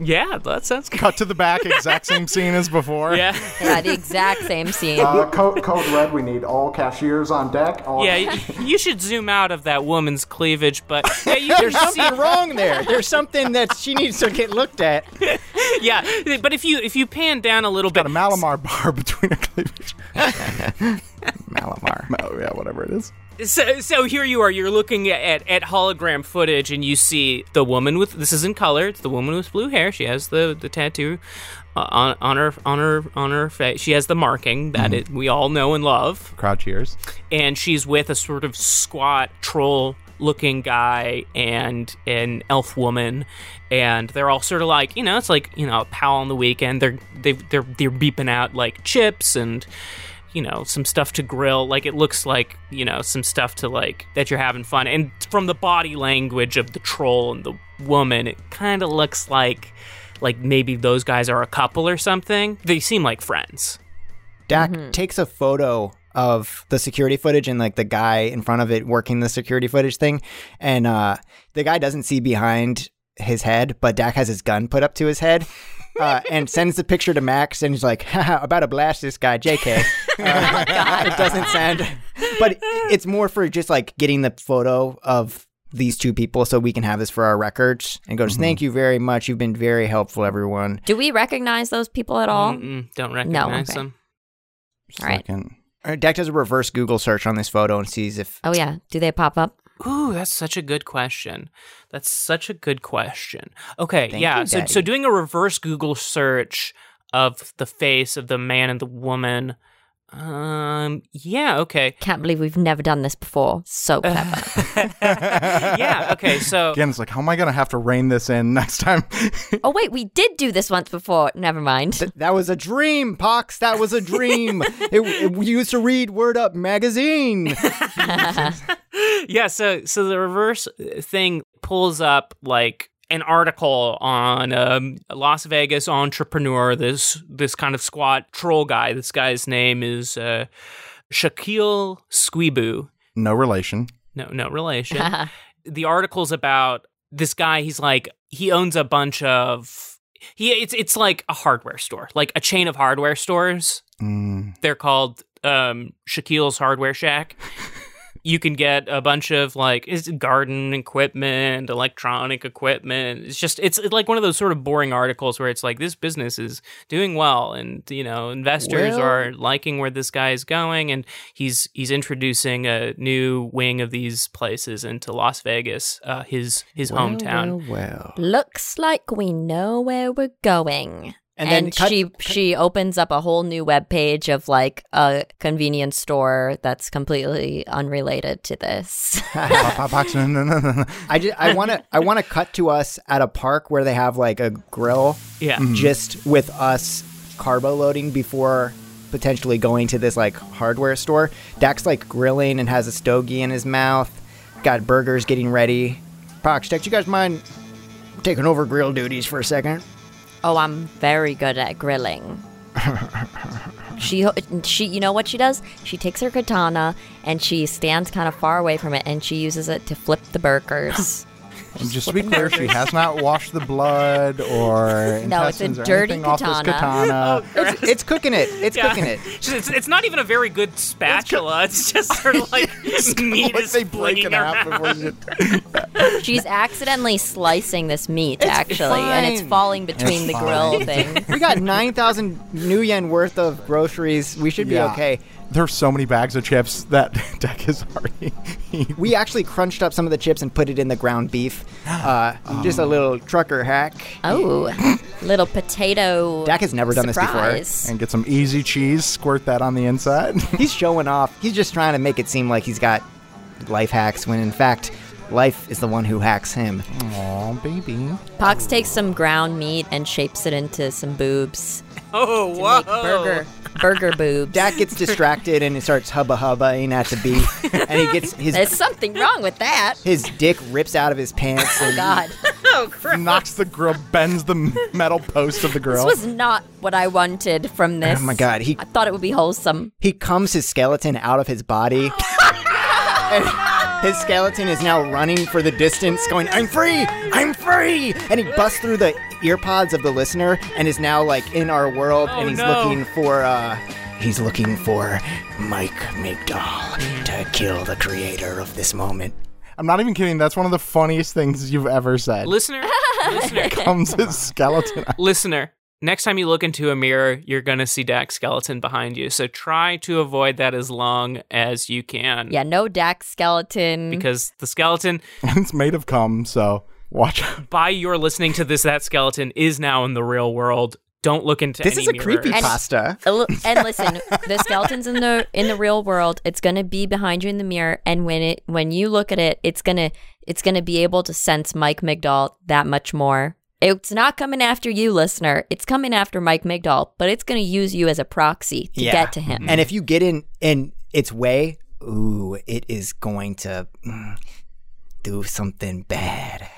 Speaker 1: Yeah, that sounds good.
Speaker 2: Cut to the back, exact same scene as before.
Speaker 1: Yeah,
Speaker 3: yeah, the exact same scene.
Speaker 8: Uh, code, code red, we need all cashiers on deck. All
Speaker 1: yeah. You, you should zoom out of that woman's cleavage, but yeah, you can
Speaker 4: There's
Speaker 1: see.
Speaker 4: something wrong there. There's something that she needs to get looked at.
Speaker 1: Yeah, but if you if you pan down a little
Speaker 2: Got
Speaker 1: bit,
Speaker 2: a Malamar bar between her cleavage. Malamar. Oh, yeah, whatever it is.
Speaker 1: So, so here you are. You're looking at, at hologram footage, and you see the woman with this is in color. It's the woman with blue hair. She has the the tattoo uh, on on her on her on her face. She has the marking
Speaker 2: Mm-hmm.
Speaker 1: that it, we all know and love.
Speaker 2: Crowd cheers.
Speaker 1: And she's with a sort of squat troll looking guy and an elf woman, and they're all sort of like you know it's like you know a pal on the weekend. They're they they're they're beeping out like chips and you know some stuff to grill like it looks like you know some stuff to like that you're having fun and from the body language of the troll and the woman it kind of looks like like maybe those guys are a couple or something they seem like friends
Speaker 4: Dak takes a photo of the security footage and like the guy in front of it working the security footage thing, and uh, the guy doesn't see behind his head, but Dak has his gun put up to his head. Uh, and sends the picture to Max, and he's like, Haha, "About to blast this guy, JK." Uh, it doesn't sound, but it's more for just like getting the photo of these two people, so we can have this for our records and goes, "Thank you very much. You've been very helpful, everyone."
Speaker 3: Do we recognize those people at all?
Speaker 1: Mm-mm, don't recognize
Speaker 3: okay.
Speaker 1: them
Speaker 2: Just
Speaker 3: All right.
Speaker 2: looking.
Speaker 4: Uh, Dak does a reverse Google search on this photo and sees if
Speaker 3: Oh yeah. Do they pop up?
Speaker 1: Ooh, that's such a good question. That's such a good question. Okay,
Speaker 4: Thank
Speaker 1: yeah.
Speaker 4: you,
Speaker 1: so,
Speaker 4: Daddy.
Speaker 1: so doing a reverse Google search of the face of the man and the woman. Um. Yeah. Okay.
Speaker 3: Can't believe we've never done this before. So clever.
Speaker 1: Yeah. Okay. So.
Speaker 2: Again, it's like, how am I going to have to rein this in next time?
Speaker 3: oh wait, we did do this once before. Never mind.
Speaker 4: Th- that was a dream, Pox. That was a dream. it, it- we used to read Word Up magazine.
Speaker 1: yeah so so the reverse thing pulls up like an article on um, a Las Vegas entrepreneur this this kind of squat troll guy this guy's name is uh, Shaquille Squeeboo
Speaker 2: no relation.
Speaker 1: no no relation the article's about this guy he's like he owns a bunch of he it's it's like a hardware store like a chain of hardware stores
Speaker 2: Mm,
Speaker 1: they're called um, Shaquille's Hardware Shack. you can get a bunch of like is garden equipment, electronic equipment. It's just it's, it's like one of those sort of boring articles where it's like this business is doing well, and you know investors
Speaker 4: Well-
Speaker 1: are liking where this guy is going, and he's he's introducing a new wing of these places into Las Vegas, uh, his his hometown.
Speaker 4: well.
Speaker 3: Looks like we know where we're going.
Speaker 4: And
Speaker 3: And,
Speaker 4: then cut-
Speaker 3: she she opens up a whole new web page of like a convenience store that's completely unrelated to this.
Speaker 2: pop, pop, box, no, no, no, no, no.
Speaker 4: I just, I want to I want to cut to us at a park where they have like a grill,
Speaker 1: Yeah.
Speaker 4: hmm. just with us carbo loading before potentially going to this like hardware store. Dak's like grilling and has a stogie in his mouth. Got burgers getting ready. Pox, Dak, you guys mind taking over grill duties for a second?
Speaker 3: oh, I'm very good at grilling. she she you know what she does? She takes her katana and she stands kind of far away from it and she uses it to flip the burgers.
Speaker 2: And just to be clear, she has not washed the blood or
Speaker 3: No, it's a
Speaker 2: intestines or
Speaker 3: dirty
Speaker 2: anything off this
Speaker 4: Katana.
Speaker 2: katana.
Speaker 4: it's, it's cooking it. It's
Speaker 1: Yeah.
Speaker 4: cooking it.
Speaker 1: It's, it's- it's not even a very good spatula. It's just sort of like meat
Speaker 2: What
Speaker 1: is
Speaker 2: they break
Speaker 1: flinging
Speaker 2: it out
Speaker 1: around.
Speaker 2: before you-
Speaker 3: She's accidentally slicing this meat actually and it's
Speaker 4: fine.
Speaker 3: falling between
Speaker 2: It's
Speaker 3: the grill
Speaker 2: fine.
Speaker 3: thing.
Speaker 4: We got 9,000 new yen worth of groceries. We should be
Speaker 2: Yeah.
Speaker 4: okay.
Speaker 2: There's so many bags of chips that Deck is already.
Speaker 4: We actually crunched up some of the chips and put it in the ground beef. Uh, Just a little trucker hack.
Speaker 3: Oh, little potato.
Speaker 4: Dak has never done this before.
Speaker 3: surprise.
Speaker 2: and get some easy cheese, squirt that on the inside.
Speaker 4: He's showing off. He's just trying to make it seem like he's got life hacks when in fact Life is the one who hacks him.
Speaker 2: Aw, baby.
Speaker 3: Pox takes some ground meat and shapes it into some boobs.
Speaker 1: Oh,
Speaker 3: to
Speaker 1: whoa.
Speaker 3: Make burger, burger boobs.
Speaker 4: Dak gets distracted and he starts hubba hubbaing at the beat, and he gets his
Speaker 3: There's something wrong with that.
Speaker 4: his dick rips out of his pants.
Speaker 3: Oh
Speaker 4: And
Speaker 3: God,
Speaker 2: Knocks the grill, bends the metal post of the
Speaker 3: this
Speaker 2: grill.
Speaker 3: was not what I wanted from this.
Speaker 4: Oh my God, he-
Speaker 3: I thought it would be wholesome.
Speaker 4: he combs his skeleton out of his body.
Speaker 3: Oh
Speaker 4: And his skeleton is now running for the distance, going, I'm free! I'm free! And he busts through the earpods of the listener and is now like in our world and he's
Speaker 1: no.
Speaker 4: looking for uh he's looking for Mike McDowell to kill the creator of this moment.
Speaker 2: I'm not even kidding. That's one of the funniest things you've ever said.
Speaker 1: Listener, listener,
Speaker 2: Comes his skeleton.
Speaker 1: listener. Next time you look into a mirror, you're gonna see Dak's skeleton behind you. So try to avoid that as long as you can.
Speaker 3: Yeah, no Dak skeleton.
Speaker 1: Because the skeleton,
Speaker 2: it's made of cum, so watch out.
Speaker 1: by your listening to this, that skeleton is now in the real world. Don't look into
Speaker 4: This
Speaker 1: any
Speaker 4: is a
Speaker 1: mirror.
Speaker 4: creepy pasta.
Speaker 3: A li- and listen, the skeleton's in the in the real world. It's gonna be behind you in the mirror, and when it when you look at it, it's gonna it's gonna be able to sense Mike Migdahl that much more. It's not coming after you, listener. It's coming after Mike Migdahl, but it's gonna use you as a proxy to
Speaker 4: Yeah. Mm-hmm.
Speaker 3: get to him.
Speaker 4: And if you get in in its way, ooh, it is going to mm, do something bad.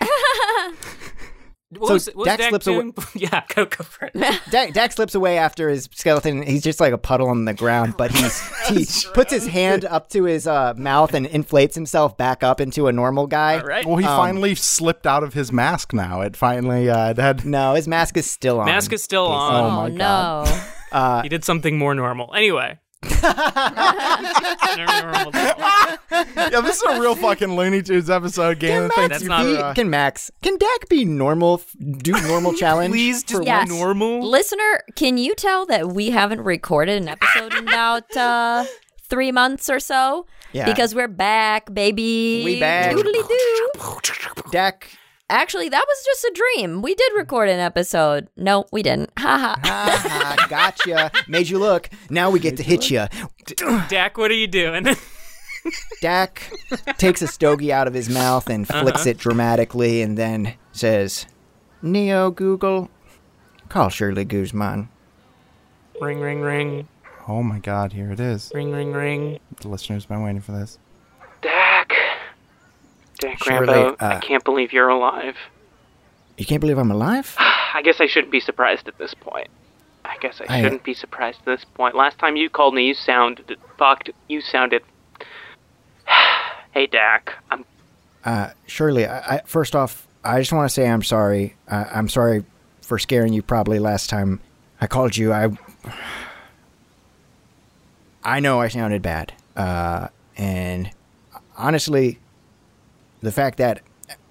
Speaker 1: What
Speaker 4: So
Speaker 1: was, what was
Speaker 4: Dak
Speaker 1: Dak
Speaker 4: slips
Speaker 1: doing? yeah, go, go for it.
Speaker 4: Dak, Dak slips away after his skeleton. He's just like a puddle on the ground, but he's, he puts his hand up to his uh, mouth and inflates himself back up into a normal guy.
Speaker 1: Right?
Speaker 2: Well, he finally slipped out of his mask now. It finally uh, it had.
Speaker 4: No, his mask is still on.
Speaker 1: Mask is still on.
Speaker 2: Oh my
Speaker 3: no.
Speaker 2: God.
Speaker 1: He did something more normal. Anyway. Normal.
Speaker 2: Yeah, this is a real fucking Looney Tunes episode game.
Speaker 4: Can
Speaker 2: Thank
Speaker 4: Max,
Speaker 1: That's
Speaker 2: you
Speaker 1: not-
Speaker 4: be,
Speaker 2: for, uh,
Speaker 4: can Max? Can Dak be normal? f- Do normal challenge?
Speaker 1: Please just
Speaker 4: for
Speaker 1: be
Speaker 3: Yes.
Speaker 4: once?
Speaker 1: normal.
Speaker 3: Listener, can you tell that we haven't recorded an episode in about uh, three months or so?
Speaker 4: Yeah.
Speaker 3: Because we're back, baby.
Speaker 4: We back.
Speaker 3: Doodly doo.
Speaker 4: Dak.
Speaker 3: Actually, that was just a dream. We did record an episode. No, we didn't. Haha.
Speaker 4: Ah, ha, gotcha. Made you look. Now we get to hit you.
Speaker 1: Dak, what are you doing?
Speaker 4: Dak takes a stogie out of his mouth and
Speaker 1: Uh-huh.
Speaker 4: flicks it dramatically and then says, Neo Google, call Shirley Guzman.
Speaker 1: ring, ring, ring.
Speaker 2: oh my god, here it is.
Speaker 1: Ring, ring, ring.
Speaker 2: The listeners have been waiting for this.
Speaker 1: Dak. Dak
Speaker 4: Surely,
Speaker 1: Rambo, I
Speaker 4: uh,
Speaker 1: can't believe you're alive.
Speaker 4: You can't believe I'm alive?
Speaker 1: I guess I shouldn't be surprised at this point. I guess I,
Speaker 4: I- uh,
Speaker 1: shouldn't be surprised at this point. Last time you called me, you sounded fucked. You sounded. hey, Dak. I'm.
Speaker 4: Shirley, I, I, first off, I just want to say I'm sorry. Uh, I'm sorry for scaring you probably last time I called you. I, I know I sounded bad. Uh, and honestly, the fact that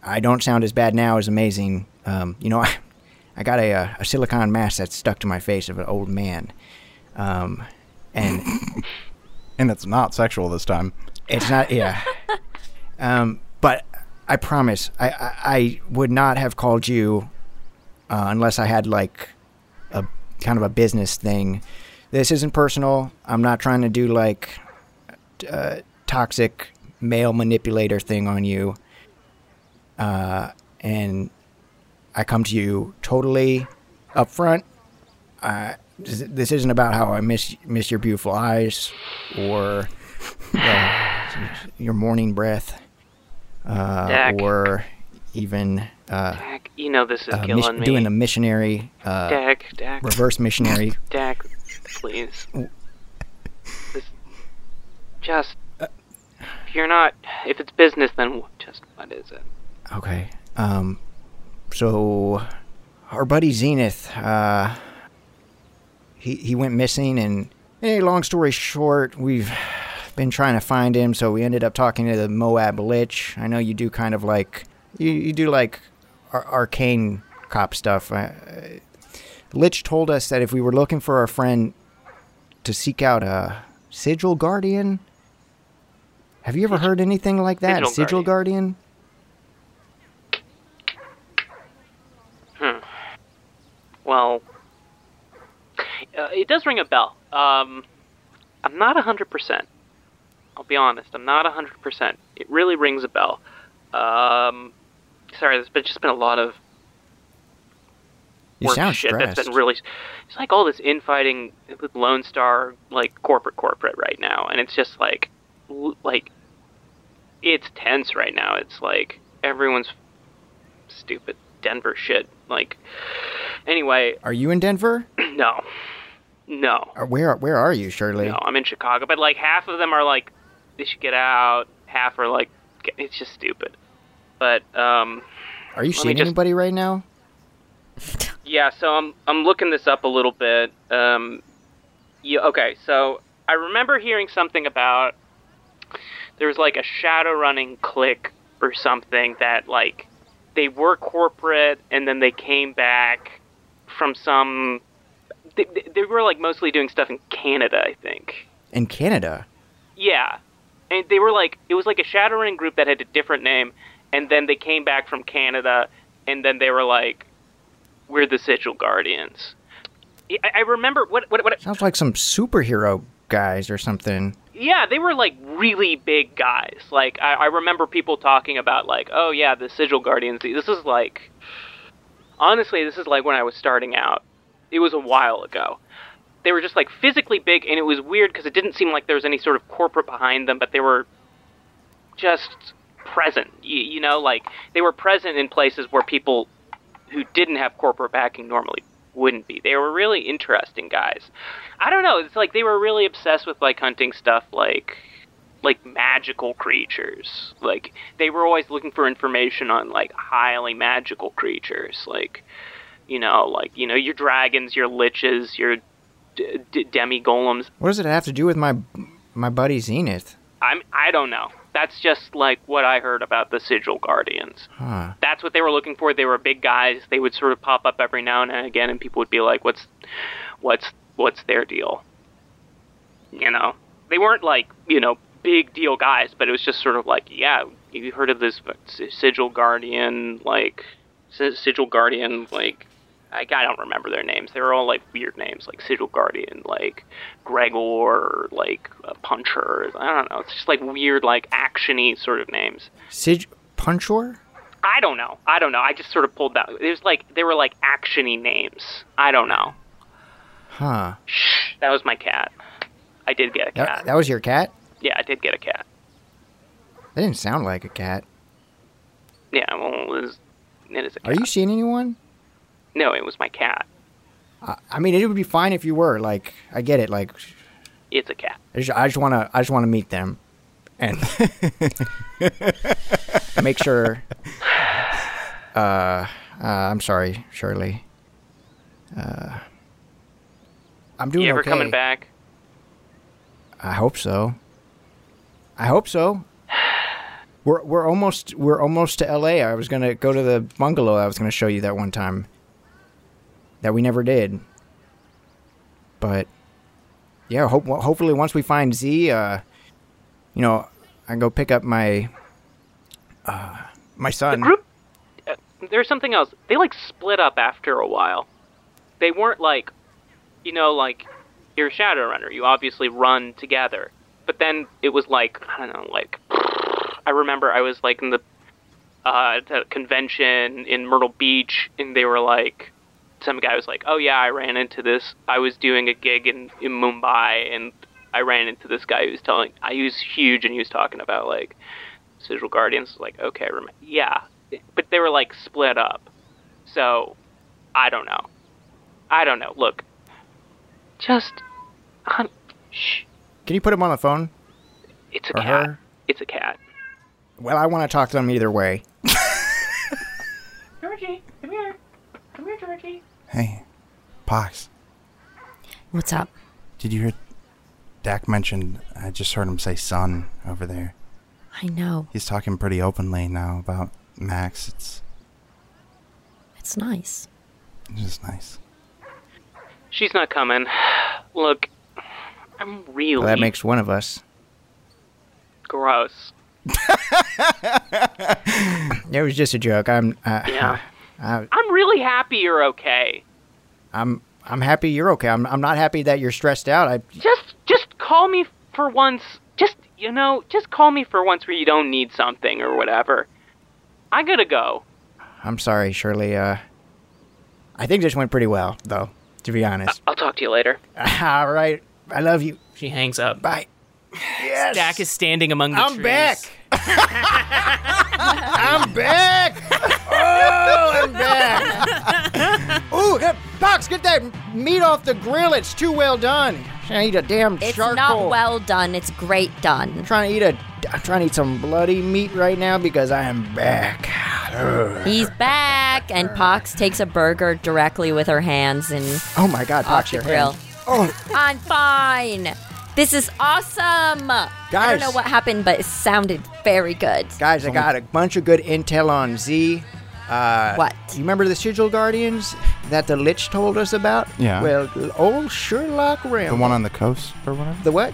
Speaker 4: I don't sound as bad now is amazing. Um, you know, I, I got a, uh, a silicone mask that's stuck to my face of an old man. Um, and
Speaker 2: And it's not sexual this time.
Speaker 4: it's not, yeah. Um, but I promise, I, I, I would not have called you uh, unless I had like a kind of a business thing. This isn't personal. I'm not trying to do like t- uh, toxic male manipulator thing on you. Uh, and I come to you totally upfront. Uh, this this isn't about how I miss miss your beautiful eyes or your morning breath, uh,
Speaker 9: Dak.
Speaker 4: or even uh,
Speaker 9: Dak, you know this is
Speaker 4: uh,
Speaker 9: killing
Speaker 4: mis-
Speaker 9: me.
Speaker 4: doing a missionary, uh,
Speaker 9: Dak, Dak,
Speaker 4: reverse missionary.
Speaker 9: Dak, please. this, just, if you're not, if it's business, then wh- just what is it?
Speaker 4: Okay. Um, so our buddy Zenith, uh, he he went missing, and hey, long story short, we've been trying to find him, so we ended up talking to the Moab Lich. I know you do kind of like you, you do like ar- arcane cop stuff. Uh, Lich told us that if we were looking for our friend to seek out a sigil guardian. Have you ever heard anything like that?
Speaker 9: Sigil
Speaker 4: sigil guardian?
Speaker 9: Well, uh, it does ring a bell. Um, I'm not 100%. I'll be honest, I'm not 100%. It really rings a bell.
Speaker 1: Um, sorry, there's been, just been a lot of
Speaker 4: You
Speaker 1: work
Speaker 4: sound
Speaker 1: shit that's been
Speaker 4: stressed.
Speaker 1: really. It's like all this infighting with Lone Star, like corporate, corporate right now, and it's just like, l- like, it's tense right now. It's like everyone's stupid Denver shit. Like, anyway,
Speaker 4: Are you in Denver?
Speaker 1: no, no.
Speaker 4: Or Where where are you, Shirley?
Speaker 1: No, I'm in Chicago, but like half of them are like they should get out. Half are like get- it's just stupid. But um,
Speaker 4: Are you
Speaker 1: Let me
Speaker 4: seeing
Speaker 1: just-
Speaker 4: anybody right now?
Speaker 1: yeah, so I'm I'm looking this up a little bit. Um, yeah, okay, so I remember hearing something about there was like a shadow running clique or something that like they were corporate and then they came back from some. They, they- they were like mostly doing stuff in Canada, I think.
Speaker 4: In Canada.
Speaker 1: Yeah. And they were like it was like a Shadowrun group that had a different name and then they came back from Canada and then they were like we're the Sigil Guardians. I, I remember what what what
Speaker 4: Sounds like some superhero guys or something.
Speaker 1: yeah, they were like really big guys. Like I, I remember people talking about like, oh yeah, the Sigil Guardians. This is like, honestly, this is like when I was starting out. It was a while ago. They were just like physically big, and it was weird because it didn't seem like there was any sort of corporate behind them, but they were just present. You, you know, like they were present in places where people who didn't have corporate backing normally wouldn't be. They were really interesting guys. I don't know. It's like they were really obsessed with like hunting stuff like like magical creatures. Like they were always looking for information on like highly magical creatures. Like you know, like you know, your dragons, your liches, your d- d- demi golems.
Speaker 4: What does it have to do with my my buddy Zenith?
Speaker 1: I'm I don't know. That's just like what I heard about the Sigil Guardians.
Speaker 4: Huh.
Speaker 1: That's what they were looking for. They were big guys. They would sort of pop up every now and again, and people would be like, "What's, what's, what's their deal?" You know, they weren't like you know big deal guys, but it was just sort of like, yeah, you heard of this S- Sigil Guardian, like S- Sigil Guardian, like. I, I don't remember their names. They were all like weird names, like Sigil Guardian, like Gregor, or like uh, Puncher. I don't know. It's just like weird, like actiony sort of names.
Speaker 4: Sig Punchor?
Speaker 1: I don't know. I don't know. I just sort of pulled that. It was like they were like actiony names. I don't know.
Speaker 4: Huh.
Speaker 1: Shh, that was my cat. I did get a cat.
Speaker 4: That, that was your cat?
Speaker 1: yeah, I did get a cat.
Speaker 4: That didn't sound like a cat.
Speaker 1: Yeah, well, it is, it is a
Speaker 4: Are
Speaker 1: cat.
Speaker 4: you seeing anyone?
Speaker 1: No, it was my cat.
Speaker 4: I, I mean, it would be fine if you were. Like, I get it. Like,
Speaker 1: It's a cat.
Speaker 4: I just, I just wanna I just wanna meet them, and make sure. Uh, uh, I'm sorry, Shirley. Uh, I'm doing
Speaker 1: you ever
Speaker 4: okay.
Speaker 1: coming back?
Speaker 4: I hope so. I hope so. We're we're almost we're almost to L.A. I was gonna go to the bungalow I was gonna show you that one time. That we never did. But yeah, hope hopefully once we find Z, uh, you know, I can go pick up my uh, my son.
Speaker 1: group- There's something else. They like split up after a while. They weren't like, you know, like you're a Shadowrunner. You obviously run together. But then it was like I don't know, like I remember I was like in the uh, at a convention in Myrtle Beach, and they were like, some guy was like, "Oh yeah, I ran into this. I was doing a gig in in Mumbai, and I ran into this guy who was telling. I he was huge, and he was talking about like Sigil Guardians. Like, okay, I remember. yeah, but they were like split up. So, I don't know. I don't know. Look, just, hon- shh.
Speaker 4: Can you put him on the phone?
Speaker 1: It's a
Speaker 4: Or
Speaker 1: cat.
Speaker 4: her?
Speaker 1: It's a cat.
Speaker 4: Well, I want to talk to them either way.
Speaker 1: Georgie, come here. Come here, Georgie.
Speaker 2: Hey, Pox,
Speaker 3: What's up?
Speaker 2: did you hear Dak mentioned? I just heard him say son over there.
Speaker 3: I know.
Speaker 2: He's talking pretty openly now about Max. It's,
Speaker 3: It's nice.
Speaker 2: it's just nice.
Speaker 1: She's not coming. Look, I'm really
Speaker 4: Well, that makes one of us.
Speaker 1: gross.
Speaker 4: It was just a joke. I'm uh,
Speaker 1: Yeah.
Speaker 4: I,
Speaker 1: I'm really happy you're okay.
Speaker 4: I'm I'm happy you're okay. I'm I'm not happy that you're stressed out. I
Speaker 1: Just, just call me for once. Just, you know, just call me for once where you don't need something or whatever.
Speaker 9: I gotta go.
Speaker 4: I'm sorry, Shirley. Uh, I think this went pretty well, though, to be honest.
Speaker 9: I'll talk to you later.
Speaker 4: Uh, All right. I love you.
Speaker 1: She hangs up.
Speaker 4: Bye. Yes.
Speaker 1: Dak is standing among the
Speaker 4: I'm
Speaker 1: trees.
Speaker 4: back. I'm back. Oh, I'm back. Ooh, get, Box, get that meat off the grill. It's too well done. I eat a damn
Speaker 3: It's
Speaker 4: charcoal.
Speaker 3: not well done. It's great done.
Speaker 4: I'm trying to eat a. I'm trying to eat some bloody meat right now because I am back.
Speaker 3: He's back, and Pox takes a burger directly with her hands and
Speaker 4: Oh my God,
Speaker 3: off
Speaker 4: Box,
Speaker 3: the
Speaker 4: your
Speaker 3: grill.
Speaker 4: hand. Oh,
Speaker 3: I'm fine. This is awesome. I
Speaker 4: Guys.
Speaker 3: don't know what happened, but it sounded very good.
Speaker 4: guys, I got a bunch of good intel on Z. Uh,
Speaker 3: What?
Speaker 4: You remember the sigil guardians that the Lich told us about?
Speaker 2: Yeah.
Speaker 4: Well, old Sherlock Ram.
Speaker 2: The one on the coast or whatever.
Speaker 4: The what?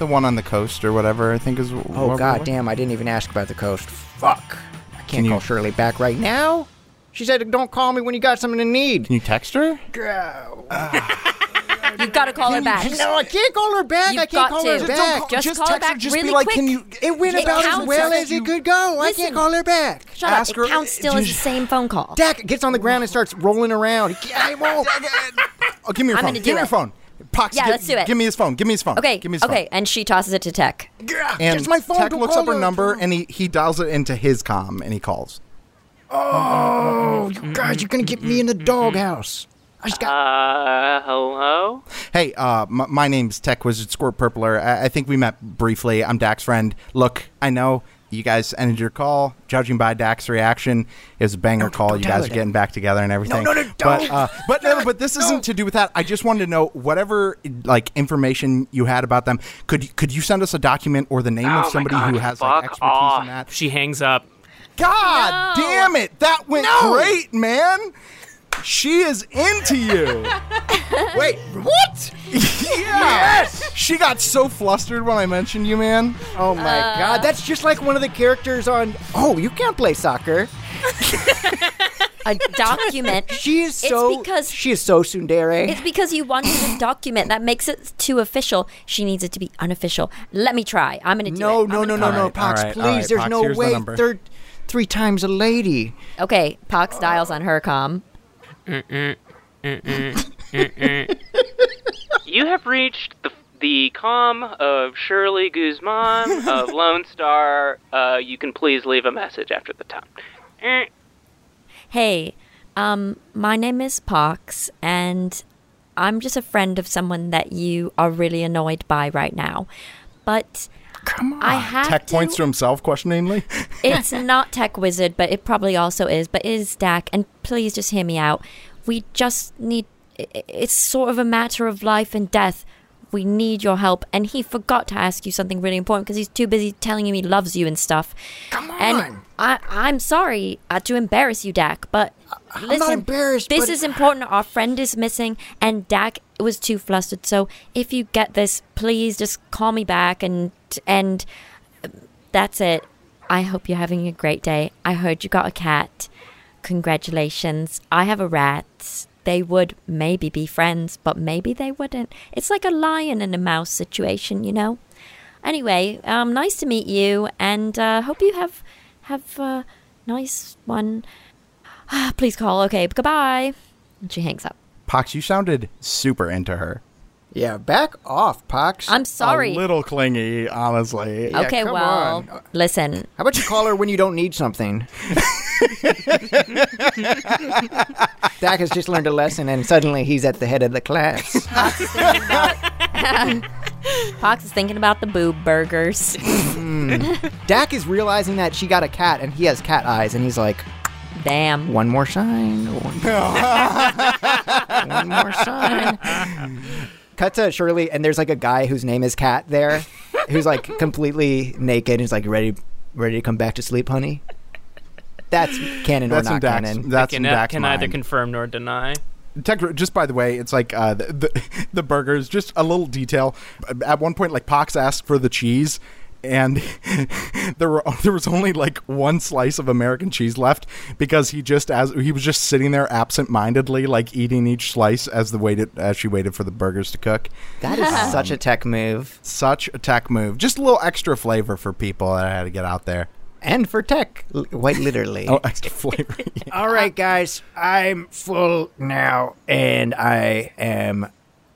Speaker 2: The one on the coast or whatever. I think is.
Speaker 4: Oh god damn, I didn't even ask about the coast. Fuck. I can't
Speaker 2: you-
Speaker 4: call Shirley back right now. She said don't call me when you got something to need.
Speaker 2: Can you text her?
Speaker 4: Girl.
Speaker 3: You gotta call her back.
Speaker 4: No, I can't call her back.
Speaker 3: You've
Speaker 4: I can't call
Speaker 3: got to.
Speaker 4: her
Speaker 3: Just
Speaker 4: back.
Speaker 3: don't Just call her
Speaker 2: text
Speaker 3: back
Speaker 2: Just
Speaker 3: really
Speaker 2: be like,
Speaker 3: quick.
Speaker 2: can you?
Speaker 4: it went
Speaker 3: It
Speaker 4: about as
Speaker 3: counts.
Speaker 4: well as it could go. I
Speaker 3: Listen.
Speaker 4: can't call her back.
Speaker 3: Shut
Speaker 2: Ask
Speaker 3: up.
Speaker 2: her-
Speaker 3: It counts still as the same phone call.
Speaker 4: Dak gets on the ground and starts rolling around. He- I won't.
Speaker 2: Oh, give me your
Speaker 3: I'm
Speaker 2: phone.
Speaker 3: gonna do
Speaker 2: give me your
Speaker 3: it.
Speaker 2: phone. Pox,
Speaker 3: Yeah,
Speaker 2: gi-
Speaker 3: let's do it.
Speaker 2: Give me his phone. Give me his phone.
Speaker 3: Okay.
Speaker 2: Give me his
Speaker 3: Okay.
Speaker 2: phone.
Speaker 3: And she tosses it to Tech.
Speaker 4: Gah,
Speaker 2: And
Speaker 4: it's my phone.
Speaker 2: Tech
Speaker 4: Don't
Speaker 2: looks
Speaker 4: call
Speaker 2: up her
Speaker 4: her.
Speaker 2: number and he, he dials it into his com and he calls.
Speaker 4: Oh, you guys, you're gonna get me in the doghouse. I just got.
Speaker 9: Uh, hello?
Speaker 2: Hey, uh, m- my name's Tech Wizard Squirt Purpler. I-, I think we met briefly. I'm Dak's friend. Look, I know you guys ended your call. Judging by Dak's reaction, it was a banger call. you
Speaker 4: tell
Speaker 2: guys
Speaker 4: her
Speaker 2: are
Speaker 4: that.
Speaker 2: getting back together and everything.
Speaker 4: no, no,
Speaker 2: But,
Speaker 4: don't.
Speaker 2: uh, but no, no, but this isn't to do with that. I just wanted to know whatever like information you had about them. Could could you send us a document or the name
Speaker 9: Oh
Speaker 2: of
Speaker 9: my
Speaker 2: somebody
Speaker 9: God,
Speaker 2: who has like
Speaker 9: fuck
Speaker 2: expertise
Speaker 9: off.
Speaker 2: in that?
Speaker 1: She hangs up.
Speaker 2: God
Speaker 3: No.
Speaker 2: damn it! That went
Speaker 4: No.
Speaker 2: great, man. She is into you.
Speaker 4: Wait, what?
Speaker 2: Yes! She got so flustered when I mentioned you, man.
Speaker 4: Oh my
Speaker 3: Uh,
Speaker 4: god, that's just like one of the characters on. Oh, you can't play soccer.
Speaker 3: A document.
Speaker 4: She is
Speaker 3: It's
Speaker 4: so.
Speaker 3: because-
Speaker 4: she is so tsundere.
Speaker 3: It's because you wanted a document that makes it too official. She needs it to be unofficial. Let me try. I'm gonna do
Speaker 4: no,
Speaker 3: it.
Speaker 4: no,
Speaker 3: I'm
Speaker 4: no,
Speaker 3: gonna
Speaker 4: no,
Speaker 2: All
Speaker 4: no,
Speaker 2: right,
Speaker 4: Pox,
Speaker 2: all right,
Speaker 4: please.
Speaker 2: all right,
Speaker 4: There's
Speaker 2: Pox,
Speaker 4: no
Speaker 2: here's the
Speaker 4: way.
Speaker 2: number.
Speaker 4: Third, three times a lady.
Speaker 3: Okay, Pox dials on her com.
Speaker 9: You have reached the, the com of Shirley Guzman of Lone Star. Uh, you can please leave a message after the tone. Eh.
Speaker 3: Hey, um, my name is Pox, and I'm just a friend of someone that you are really annoyed by right now. But come on, I have
Speaker 2: Tech
Speaker 3: to,
Speaker 2: points to himself questioningly.
Speaker 3: it's not Tech Wizard, but it probably also is. But it is Dak, and please just hear me out. We just need. i- i- It's sort of a matter of life and death. We need your help, and he forgot to ask you something really important because he's too busy telling you he loves you and stuff. Come on. And I, I'm sorry uh, to embarrass you, Dak, but listen,
Speaker 4: embarrassed,
Speaker 3: This
Speaker 4: but-
Speaker 3: is important. Our friend is missing, and Dak was too flustered. So if you get this, please just call me back, and and that's it. I hope you're having a great day. I heard you got a cat. Congratulations. I have a rat. They would maybe be friends, but maybe they wouldn't. It's like a lion and a mouse situation, you know? Anyway, um, nice to meet you, and uh, hope you have have a nice one. Ah, Please call. Okay, goodbye. And she hangs up.
Speaker 2: Pox, you sounded super into her.
Speaker 4: Yeah, back off, Pox.
Speaker 3: I'm sorry.
Speaker 2: A little clingy, honestly.
Speaker 3: okay,
Speaker 4: come
Speaker 3: well,
Speaker 4: on.
Speaker 3: listen.
Speaker 4: How about you call her when you don't need something? Dak has just learned a lesson, and suddenly he's at the head of the class.
Speaker 3: Fox is thinking about the boob burgers.
Speaker 4: Dak is realizing that she got a cat, and he has cat eyes, and he's like,
Speaker 3: Damn.
Speaker 4: one more sign. One more, one more sign. Cut to Shirley, and there's like a guy whose name is Cat there, who's like completely naked. He's like ready, ready to come back to sleep, honey. That's canon
Speaker 2: That's
Speaker 4: or
Speaker 2: in
Speaker 4: not
Speaker 2: Dax.
Speaker 4: canon.
Speaker 2: That's in
Speaker 1: Can, uh,
Speaker 2: Dax.
Speaker 1: can
Speaker 2: mind.
Speaker 1: either confirm nor deny.
Speaker 2: Tech- just by the way, it's like uh, the, the the burgers. Just a little detail. At one point, like Pox asked for the cheese, and there were there was only like one slice of American cheese left because he just as he was just sitting there absent mindedly, like eating each slice as the waited as she waited for the burgers to cook.
Speaker 4: that is such a tech move.
Speaker 2: Such a tech move. Just a little extra flavor for people that I had to get out there.
Speaker 4: and for tech, L- white literally.
Speaker 2: Oh, extra flavor. Yeah.
Speaker 4: All right, guys, I'm full now, and I am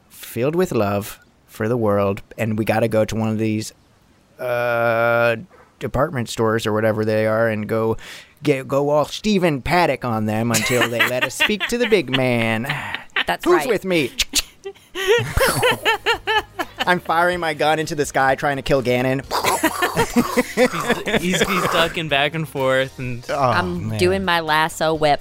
Speaker 4: filled with love for the world, and we got to go to one of these uh, department stores or whatever they are, and go get go all Stephen Paddock on them until they let us speak to the big man.
Speaker 3: That's
Speaker 4: Who's
Speaker 3: right.
Speaker 4: with me? I'm firing my gun into the sky, trying to kill Ganon.
Speaker 1: he's, he's, he's ducking back and forth, and
Speaker 2: Oh,
Speaker 3: I'm
Speaker 2: man.
Speaker 3: doing my lasso whip.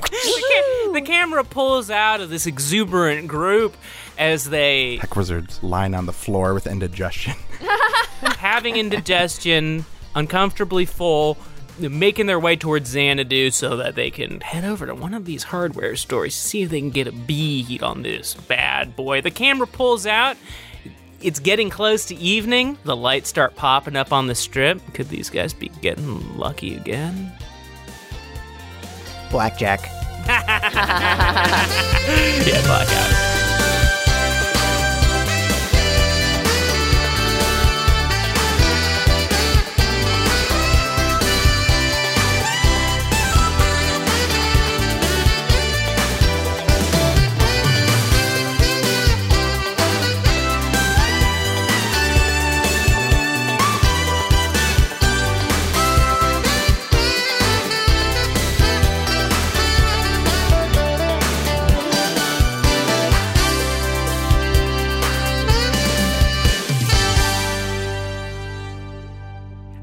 Speaker 1: the camera pulls out of this exuberant group as they
Speaker 2: Tech wizards lying on the floor with indigestion.
Speaker 1: having indigestion, uncomfortably full, making their way towards Xanadu so that they can head over to one of these hardware stores, see if they can get a bead on this bad boy. The camera pulls out. It's getting close to evening. The lights start popping up on the strip. Could these guys be getting lucky again?
Speaker 4: Blackjack.
Speaker 1: Yeah, blackout.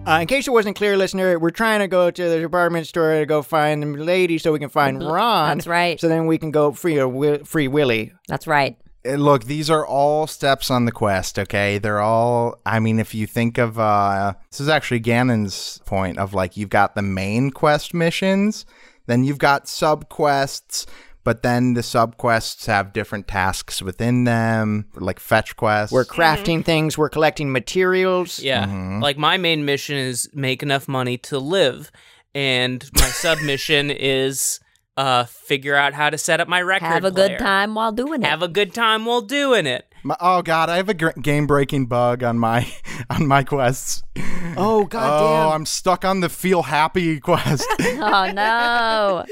Speaker 4: Uh, in case it wasn't clear, listener, we're trying to go to the department store to go find the lady so we can find Ron.
Speaker 3: Mm-hmm. That's right.
Speaker 4: So then we can go free or wi- free Willy.
Speaker 3: That's right.
Speaker 2: Uh, Look, these are all steps on the quest, okay? They're all, I mean, if you think of, uh, this is actually Ganon's point of like, you've got the main quest missions, then you've got sub quests, but then the sub quests have different tasks within them, like fetch quests.
Speaker 4: We're
Speaker 3: Mm-hmm.
Speaker 4: crafting things. We're collecting materials.
Speaker 1: Yeah. Like, my main mission is make enough money to live, and my submission is uh, figure out how to set up my record.
Speaker 3: Have a good
Speaker 1: player.
Speaker 3: time while doing it.
Speaker 1: Have a good time while doing it.
Speaker 2: My- oh god, I have a gr- game-breaking bug on my on my quests.
Speaker 4: Oh
Speaker 2: oh,
Speaker 4: goddamn!
Speaker 2: I'm stuck on the feel happy quest.
Speaker 3: oh no.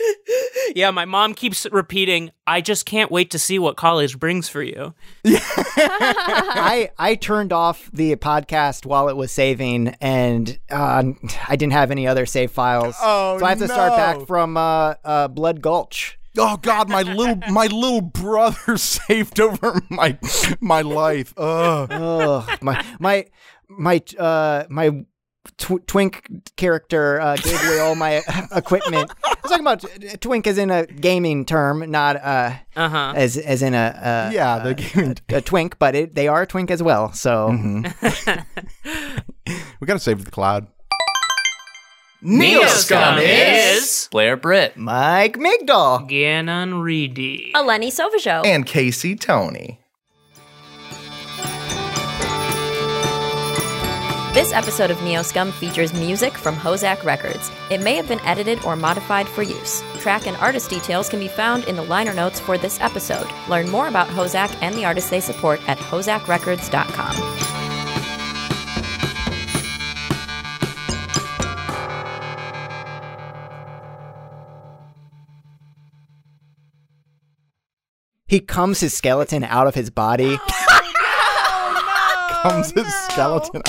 Speaker 1: Yeah, my mom keeps repeating, I just can't wait to see what college brings for you.
Speaker 4: I I turned off the podcast while it was saving, and uh, I didn't have any other save files.
Speaker 2: Oh,
Speaker 4: so I have to start
Speaker 2: no.
Speaker 4: back from uh, uh, Blood Gulch.
Speaker 2: Oh God, my little my little brother saved over my my life. Ugh.
Speaker 4: Oh my my my uh my tw- twink character uh, gave away all my equipment. I was talking about t- twink as in a gaming term, not uh
Speaker 1: Uh huh.
Speaker 4: as as in a, a
Speaker 2: Yeah, the game.
Speaker 4: a twink, but it, they are a twink as well. So
Speaker 2: We gotta save the cloud.
Speaker 1: Neoscum is
Speaker 10: Blair Britt.
Speaker 4: Mike Migdal.
Speaker 1: Ganon Reedy.
Speaker 3: A Lenny Silva show.
Speaker 10: And Casey Tony.
Speaker 3: This episode of Neoscum features music from Hozak Records. It may have been edited or modified for use. Track and artist details can be found in the liner notes for this episode. Learn more about Hozak and the artists they support at hozakrecords.com.
Speaker 4: He comes his skeleton out of his body.
Speaker 2: Comes his skeleton.